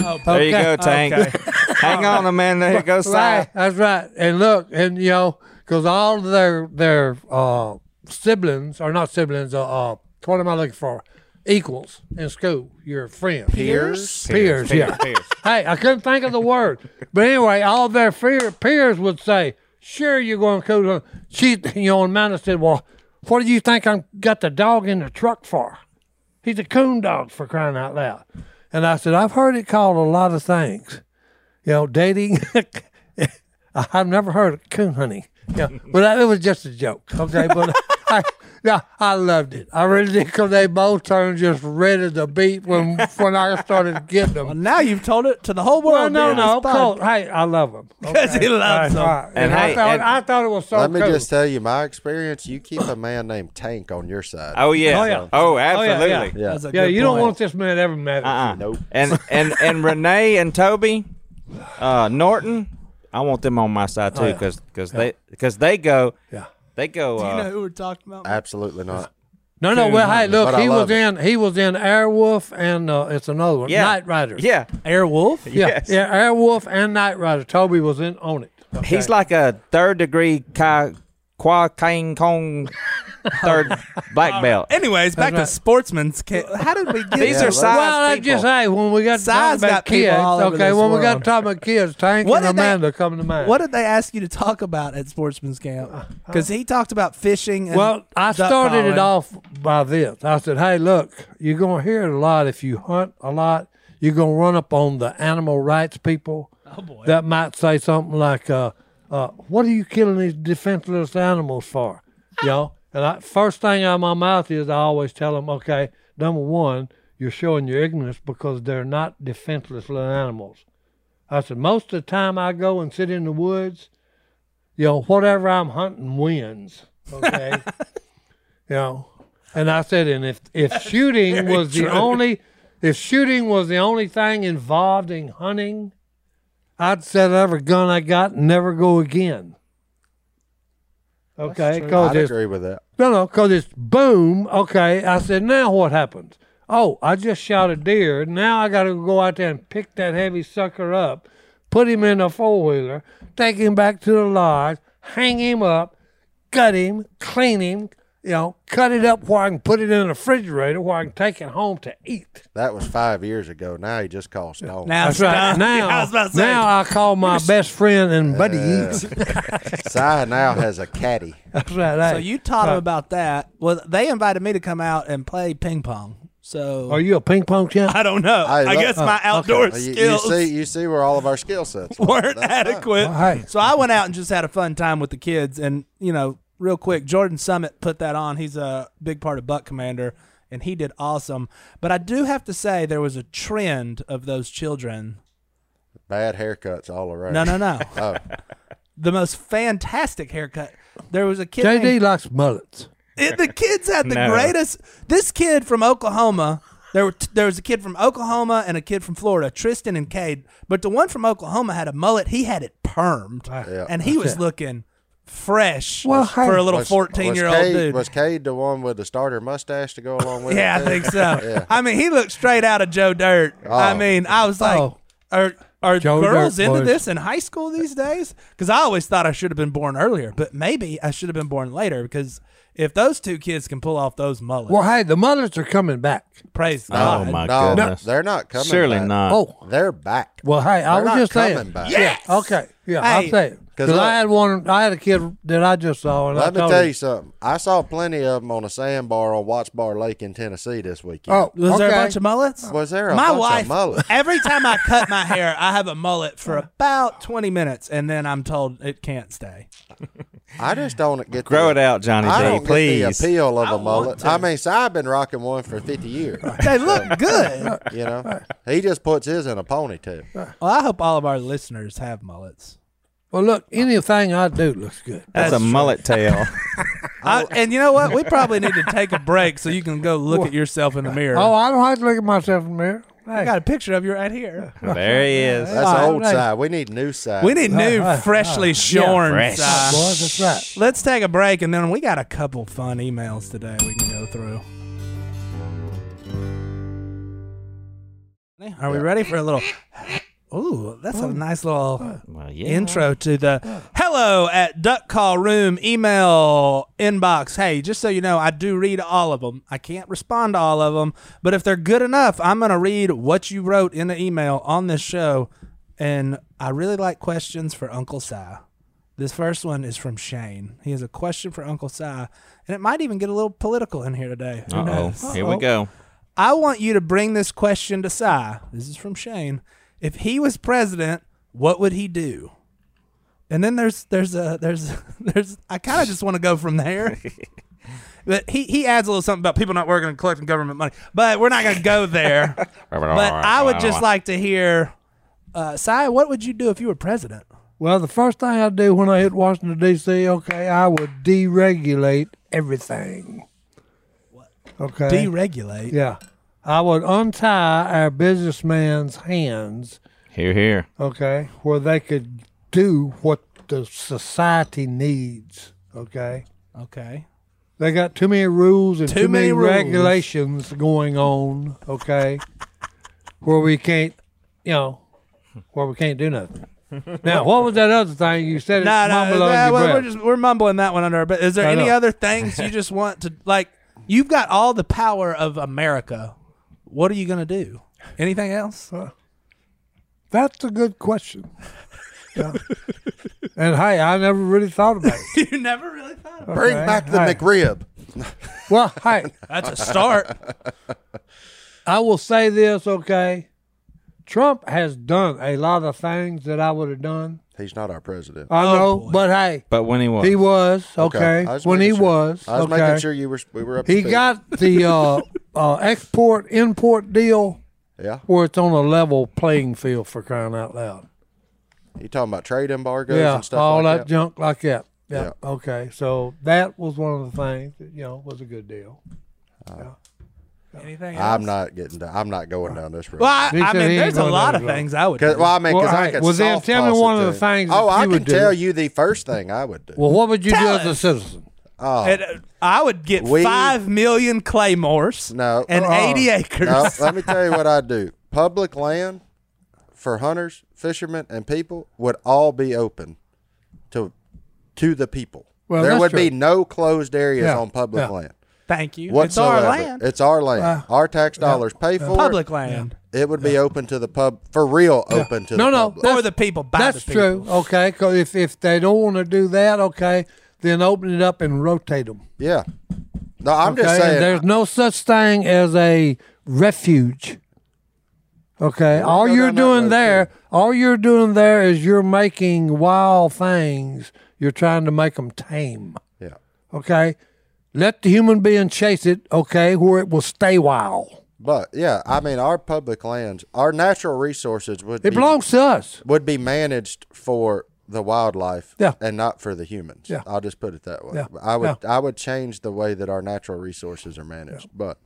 D: Oh, There you
B: Okay.
D: go, Tank. Hang on a minute. There you go,
B: Right,
D: Cy.
B: that's right. And look, and you know, because all their their uh, siblings or not siblings, uh, uh, what am I looking for? Equals in school, your friends,
C: Peers?
B: peers, yeah. hey, I couldn't think of the word, but anyway, all their fear, peers would say, "Sure, you're going cool." She, you know, and Amanda said, "Well, what do you think I got the dog in the truck for?" He's a coon dog for crying out loud. And I said, I've heard it called a lot of things. You know, dating. I've never heard of coon hunting. Yeah, but that, it was just a joke. Okay, but I, yeah, I loved it. I really did because they both turned just red as a beet when when I started getting
A: Well,
B: them.
A: now you've told it to the whole
B: Well,
A: world.
B: no,
A: dude.
B: no,
A: It's fun.
B: Colt, hey, I love them.
A: 'Cause he loves 'em.
B: And,
D: And
B: I,
D: hey,
B: thought,
D: and-
B: I thought it was so
C: Let me
B: cool.
C: just tell you my experience. You keep a man named Tank on your side.
D: Oh yeah.
B: Oh, yeah.
D: Oh,
B: yeah,
D: absolutely.
B: yeah.
C: yeah.
A: That's a
B: yeah,
A: good
B: you don't
A: point.
B: want this man ever mad at
D: Uh-uh.
B: you.
C: Nope.
D: And and and Renee and Toby, uh, Norton, I want them on my side
B: Oh,
D: too, because they because they go
B: Yeah.
D: they go.
A: Do
D: Uh,
A: you know who we're talking about?
C: Absolutely not.
B: No, no. Well, hey, look,
C: But I
B: he
C: love
B: was
C: it.
B: in he was in Airwolf and uh, it's another one,
D: yeah,
B: Night Rider.
D: Yeah,
A: Airwolf.
B: yeah,
D: yes.
B: yeah. Airwolf and Night Rider. Toby was in on it.
D: he's like a third degree Kai Kwa Kang Kong third black belt.
A: Anyways, back to sportsman's kid. How did we get?
D: These
A: here?
D: are size
B: well, I
D: people.
B: just hey, when we got to talking
A: Size got
B: about
A: people
B: kids,
A: all over
B: okay,
A: this
B: when we got to
A: world.
B: talking about kids, Tank
A: What did
B: and
A: they-
B: Amanda come to mind.
A: What did they ask you to talk about at sportsman's camp? Because he talked about fishing. And
B: Uh, Well, I
A: duck
B: started
A: calling.
B: it off by this. I said, "Hey, look, you're gonna hear it a lot if you hunt a lot. You're gonna run up on the animal rights people that might say something like, uh, uh, "What are you killing these defenseless animals for?" You know. And I, first thing out of my mouth is I always tell them, "Okay, number one, you're showing your ignorance because they're not defenseless little animals." I said, most of the time I go and sit in the woods, you know, whatever I'm hunting wins. Okay. you know. And I said, and if if shooting was the only if shooting was the only thing involved in hunting, I'd set every gun I got and never go again. Okay,
C: I'd
B: because it's
C: agree with that.
B: no, no, because it's boom. Okay. I said, now what happens? Oh, I just shot a deer. Now I got to go out there and pick that heavy sucker up, put him in a four wheeler, take him back to the lodge, hang him up, gut him, clean him, you know, cut it up where I can put it in the refrigerator where I can take it home to eat.
C: That was five years ago. Now he just calls Stone.
A: Now
B: That's right.
A: stop.
B: Now,
A: I was about to say.
B: now I call my best friend and buddy. That's
C: Sai now has a caddy.
B: right.
A: so you taught him about that. Well, they invited me to come out and play ping pong. So
B: Are you a ping pong champ?
A: I don't know.
C: Hey,
A: I,
C: look-
A: guess
B: Oh,
A: my outdoor
C: You- You,
A: skills
C: see, you see where all of our skill sets lie.
A: weren't
C: That's fine.
A: adequate.
B: Well, hey.
A: So I went out and just had a fun time with the kids. And you know, real quick, Jordan Summit put that on. He's a big part of Buck Commander, and he did awesome. But I do have to say, there was a trend of those children.
C: Bad haircuts all around.
A: No, no, no.
C: Oh,
A: the most fantastic haircut. There was a kid. named-
B: JD likes mullets.
A: It- the kids had the
D: No.
A: greatest. This kid from Oklahoma. There were t- there was a kid from Oklahoma and a kid from Florida, Tristan and Cade. But the one from Oklahoma had a mullet. He had it permed,
C: Yeah.
A: and he was looking fresh
B: Well, hey.
A: for a little
C: was-
A: fourteen
C: was
A: year old
C: Cade-
A: dude.
C: Was Cade the one with the starter mustache to go along with?
A: yeah,
C: it
A: I
C: too?
A: think so. I mean, he looked straight out of Joe Dirt. I
C: Oh.
A: mean, I was like,
B: Oh.
A: are are
B: Joe
A: girls
B: Dirt
A: into
B: boys.
A: this in high school these days? Because I always thought I should have been born earlier, but maybe I should have been born later. Because if those two kids can pull off those mullets,
B: Well, hey, the mullets are coming back.
A: Praise
D: Oh
A: God.
D: my
C: No,
D: goodness.
C: they're not coming.
D: Surely
C: back.
D: not.
B: Oh,
C: They're back.
B: well, hey, I was
C: They're not
B: just
C: coming
B: saying.
C: back.
A: Yes.
B: Okay, yeah,
A: Hey.
B: I'm saying
C: 'Cause
B: because
C: look-
B: I had one. I had a kid that I just saw. And I
C: Let me
B: told
C: tell
B: him-
C: you something. I saw plenty of them on a sandbar on Watts Bar Lake in Tennessee this weekend.
B: Oh,
A: Was there a
B: okay.
A: bunch of mullets?
C: Was there a
A: my
C: bunch of
A: wife,
C: mullets?
A: Every time I cut my hair, I have a mullet for about 20 minutes, and then I'm told it can't stay.
C: I just don't get
D: Grow
C: the,
D: it out, Johnny
C: I
D: D,
C: don't get
D: please.
C: the appeal of a
A: want
C: mullet.
A: to.
C: I mean, so I've been rocking one for fifty years.
A: They look good.
C: You know, he just puts his in a ponytail.
A: Well, I hope all of our listeners have mullets.
B: Well, look, anything I do looks good.
A: That's
D: That's, a
A: true.
D: mullet tail.
C: Oh.
A: I, and you know what? We probably need to take a break so you can go look at yourself in the mirror.
B: Oh, I don't have to look at myself in the mirror.
A: I
B: Hey,
A: got a picture of you right here.
D: there he is.
C: That's
B: All
C: the old
B: right.
C: side. We need new side.
A: We need new, freshly shorn.
D: Fresh.
A: socks.
B: boys, that's right.
A: Let's take a break, and then we got a couple fun emails today we can go through. Are we ready for a little? Ooh, that's a nice little
D: Well, yeah.
A: intro to the hello at duck call room email inbox. Hey, just so you know, I do read all of them. I can't respond to all of them, but if they're good enough, I'm going to read what you wrote in the email on this show. And I really like questions for Uncle Si. This first one is from Shane. He has a question for Uncle Si, and it might even get a little political in here today. Who
D: Uh
A: knows?
D: oh. Here we go.
A: I want you to bring this question to Cy. This is from Shane. If he was president, what would he do? And then there's there's a there's there's I kind of just want to go from there. but he he adds a little something about people not working and collecting government money. But we're not going to go there. but I would just like to hear uh Cy, what would you do if you were president?
B: Well, the first thing I do when I hit Washington D.C., okay, I would deregulate everything. Okay.
A: Deregulate.
B: yeah, I would untie our businessman's hands.
D: Here, here.
B: okay, where they could do what the society needs, okay?
A: Okay.
B: They got too many rules and
A: Too
B: too, many,
A: many rules.
B: regulations going on, okay? where we can't, you know, where we can't do nothing. now, what was that other thing you said?
A: No,
B: No,
A: no,
B: no,
A: no, we're, we're
B: just,
A: just we're mumbling that one under. But is there
B: I
A: any
B: know.
A: other things you just want to like? You've got all the power of America. What are you gonna do? Anything else?
B: That's a good question. Yeah. and hey, I never really thought about it.
A: you never really thought. About
C: Bring
B: Okay.
C: back the
B: Hey.
C: McRib.
B: Well, hey,
A: That's a start.
B: I will say this, okay? Trump has done a lot of things that I would have done.
C: He's not our president.
A: Oh,
B: I know, but hey,
D: But when he was.
B: he was okay,
C: I was
B: when he
C: making sure-
B: was.
C: I was
B: okay.
C: making sure you were. We were up. to
B: he
C: speed.
B: got the uh, uh, export import deal
C: Yeah.
B: where it's on a level playing field for crying out loud.
C: You talking about trade embargoes
B: yeah,
C: and stuff
B: all
C: like
B: that, junk like that. Yeah.
C: Yeah.
B: Okay. So that was one of the things that you know was a good deal.
A: Anything else?
C: I'm not getting. Down, I'm not going down this road.
A: Well, I,
B: He
A: I
B: said
A: mean,
B: he ain't
A: there's a
B: gonna
A: lot
B: do
A: of
B: it, bro.
A: things I would.
C: Cause,
A: do.
C: well, I mean,
B: Well,
C: because I
B: alright,
C: could
B: well, then
C: soft
B: tell me
C: toss
B: one
C: it
B: of the
C: to you.
B: things
C: Oh,
B: that
C: I
B: you
C: can
B: would do.
C: tell you the first thing I would do.
B: Well, what would you
A: Tell
B: do as a
A: us.
B: citizen?
A: And, uh, I would get
C: We-
A: five million claymores.
C: No.
A: and
C: Uh-uh.
A: eighty acres.
C: no, let me tell you what I do. Public land for hunters, fishermen, and people would all be open to to the people.
B: Well,
C: there
B: that's
C: would be
B: true.
C: no closed areas
B: Yeah,
C: on public
B: yeah.
C: land.
A: Thank you.
C: Whatsoever.
A: It's our land.
C: It's our land. our tax dollars pay for
A: Public
C: it.
A: land.
C: It would be open to the pub for real. Open to
B: No,
C: the
B: no,
C: public.
A: Or
B: That's-
A: the people by
B: That's
A: the people.
B: true. Okay. 'cause if if they don't want to do that, okay, then open it up and rotate them.
C: Yeah. No, I'm
B: Okay.
C: just
B: and
C: saying.
B: there's no such thing as a refuge. Okay, all
C: go
B: you're
C: down that
B: doing
C: road,
B: there, all you're doing there is you're making wild things. You're trying to make them tame.
C: Yeah.
B: Okay, let the human being chase it. Okay, where it will stay wild.
C: But yeah, I mean, our public lands, our natural resources would
B: It
C: be,
B: belongs to us.
C: would be managed for the wildlife
B: Yeah.
C: and not for the humans.
B: Yeah.
C: I'll just put it that way.
B: Yeah.
C: I would I would change the way that our natural resources are managed. But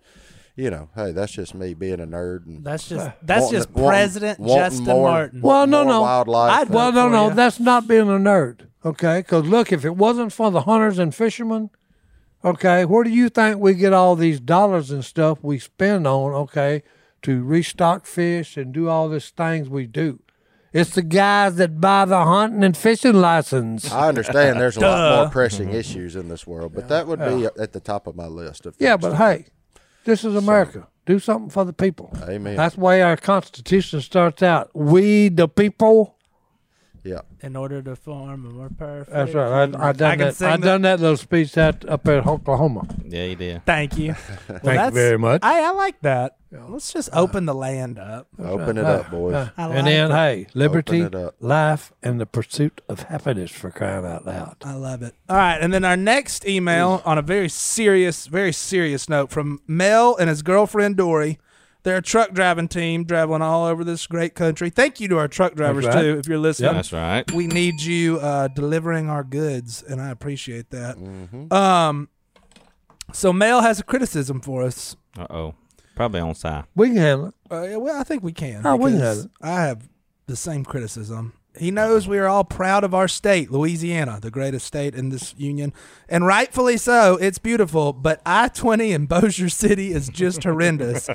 C: you know, hey, that's just me being a nerd and
A: That's just that's
C: wanting-
A: just
C: wanting-
A: President
C: wanting
A: Justin
C: more-
A: Martin.
C: wanting
B: Well, no,
C: more
B: no.
C: Wildlife.
A: I'd-
C: and-
B: Well, no,
A: for
B: no,
A: ya.
B: that's not being a nerd. Okay, because look, if it wasn't for the hunters and fishermen, okay, where do you think we get all these dollars and stuff we spend on? Okay, to restock fish and do all these things we do. It's the guys that buy the hunting and fishing license.
C: I understand there's a lot more pressing issues in this world, but that would be at the top of my list of
B: Yeah,
C: things.
B: but hey, this is America. Do something for the people.
C: Amen.
B: That's why our Constitution starts out: "We the people."
C: yeah.
A: in order to form a more perfect.
B: That's right. I, I done
A: I can
B: that.
A: sing
B: I
A: that.
B: done that little speech out up at Oklahoma.
D: Yeah, you did.
A: Thank you. Well,
B: Thank you
A: that's-
B: very much.
A: I, I like that. Let's just open the land up.
C: Open it up, boys.
A: I like
B: and then,
A: it.
B: hey, liberty,
C: it up.
B: life, and the pursuit of happiness for crying out loud.
A: I love it. All right, and then our next email on a very serious, very serious note from Mel and his girlfriend Dory. They're a truck driving team traveling all over this great country. Thank you to our truck drivers
B: right.
A: too. If you're listening,
D: That's right.
A: we need you uh, delivering our goods, and I appreciate that. Um, so Mel has a criticism for us.
D: Uh oh. Probably on side.
B: We can handle it.
A: Uh, yeah, well, I think we can.
B: Oh, we can
A: because
B: have it.
A: I have the same criticism. He knows we are all proud of our state, Louisiana, the greatest state in this union, and rightfully so. It's beautiful, but I 20 in Bossier City is just horrendous.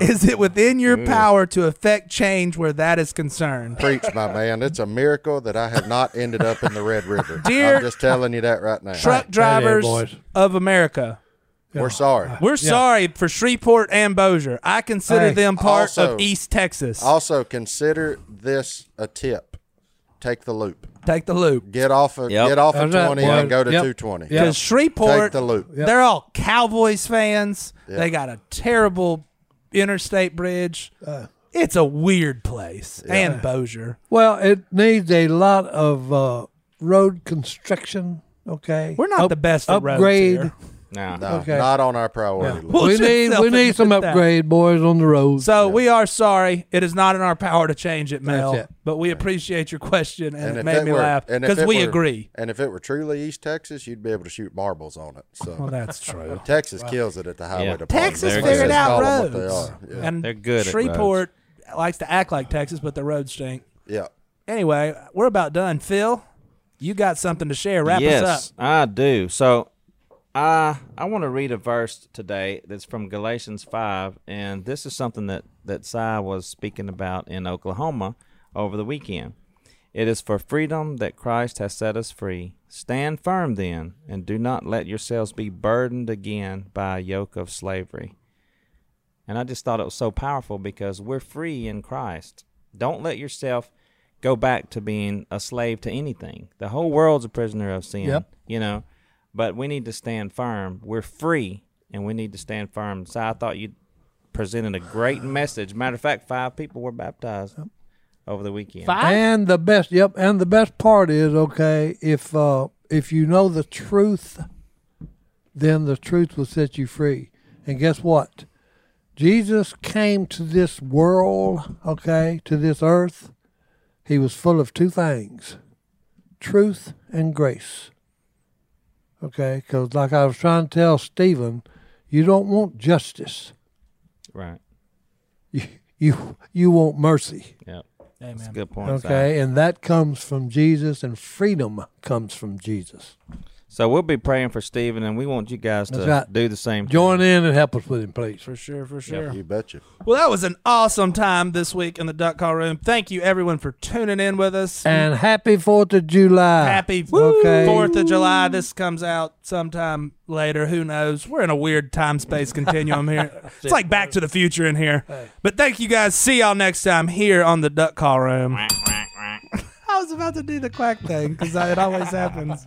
A: is it within
B: Mm.
A: your power to effect change where that is concerned?
C: Preach, my man. It's a miracle that I have not ended up in the Red River.
A: Dear-
C: I'm just telling you that right now.
A: Truck
B: there,
A: drivers
B: boys.
A: of America,
C: We're sorry.
A: we're sorry for Shreveport and Bossier. I consider
B: Hey.
A: them part
C: Also-
A: of East Texas.
C: Also, consider this a tip. Take the loop.
A: Take the loop.
C: Get off of
D: Yep.
C: get off of
B: That's right,
C: twenty
B: boy.
C: and go to
B: Yep.
C: two twenty.
B: Yep.
A: Because Shreveport,
C: Take the loop.
A: they're all Cowboys fans. They
C: Yep.
A: got a terrible interstate bridge. it's a weird place. And Bozier.
B: Well, it needs a lot of uh, road construction, okay?
A: We're not
B: Up-
A: the best at roads
B: Upgrade.
A: here.
D: Nah.
C: No,
B: Okay.
C: not on our priority list.
A: Well,
B: we
A: just
B: need, we
A: self-admit
B: need some
A: that.
B: upgrade, boys, on the roads.
A: So we are sorry. It is not in our power to change it, Mel.
B: That's it.
A: But we appreciate your question, and, it
C: if
A: made me
C: were-
A: laugh
C: and if
A: because
C: it
A: we
C: were-
A: agree.
C: And if it were truly East Texas, you'd be able to shoot marbles on it. So
A: Well, that's true.
C: Texas kills it at the highway
D: Yeah.
C: department.
A: Texas
D: They're
C: Let's
A: figured
C: just
A: out
C: call 'em
A: roads,
C: what they are. Yeah.
A: and
D: They're good at
A: Shreveport likes to act like Texas, but the roads stink.
C: yeah.
A: Anyway, we're about done. Phil, you got something to share? Wrap
D: yes,
A: us up.
D: I do. So I I want to read a verse today that's from Galatians five, and this is something that that Si was speaking about in Oklahoma over the weekend. It is for freedom that Christ has set us free. Stand firm then, and do not let yourselves be burdened again by a yoke of slavery. And I just thought it was so powerful because we're free in Christ. Don't let yourself go back to being a slave to anything. The whole world's a prisoner of sin,
B: Yep.
D: you know. But we need to stand firm. We're free and we need to stand firm. So I thought you presented a great message. Matter of fact, five people were baptized over the weekend.
B: And the best, yep. And the best part is, okay, if uh, if you know the truth, then the truth will set you free. And guess what? Jesus came to this world, okay, to this earth. He was full of two things: truth and grace. Okay, because like I was trying to tell Stephen, you don't want justice.
D: Right.
B: You you you want mercy.
D: Yep. That's a
A: Amen.
D: good point. Si.
B: Okay, and that comes from Jesus, and freedom comes from Jesus.
D: So we'll be praying for Stephen and we want you guys to
B: That's right.
D: do the same.
B: Join in and help us with him, please.
A: For sure, for sure.
C: You betcha.
A: Well, that was an awesome time this week in the Duck Call Room. Thank you, everyone, for tuning in with us.
B: And happy Fourth of July.
A: Happy
B: Okay.
A: Fourth of July. This comes out sometime later. Who knows? We're in a weird time space continuum here. It's like Back to the Future in here. But thank you guys. See y'all next time here on the Duck Call Room. I was about to do the quack thing because it always happens.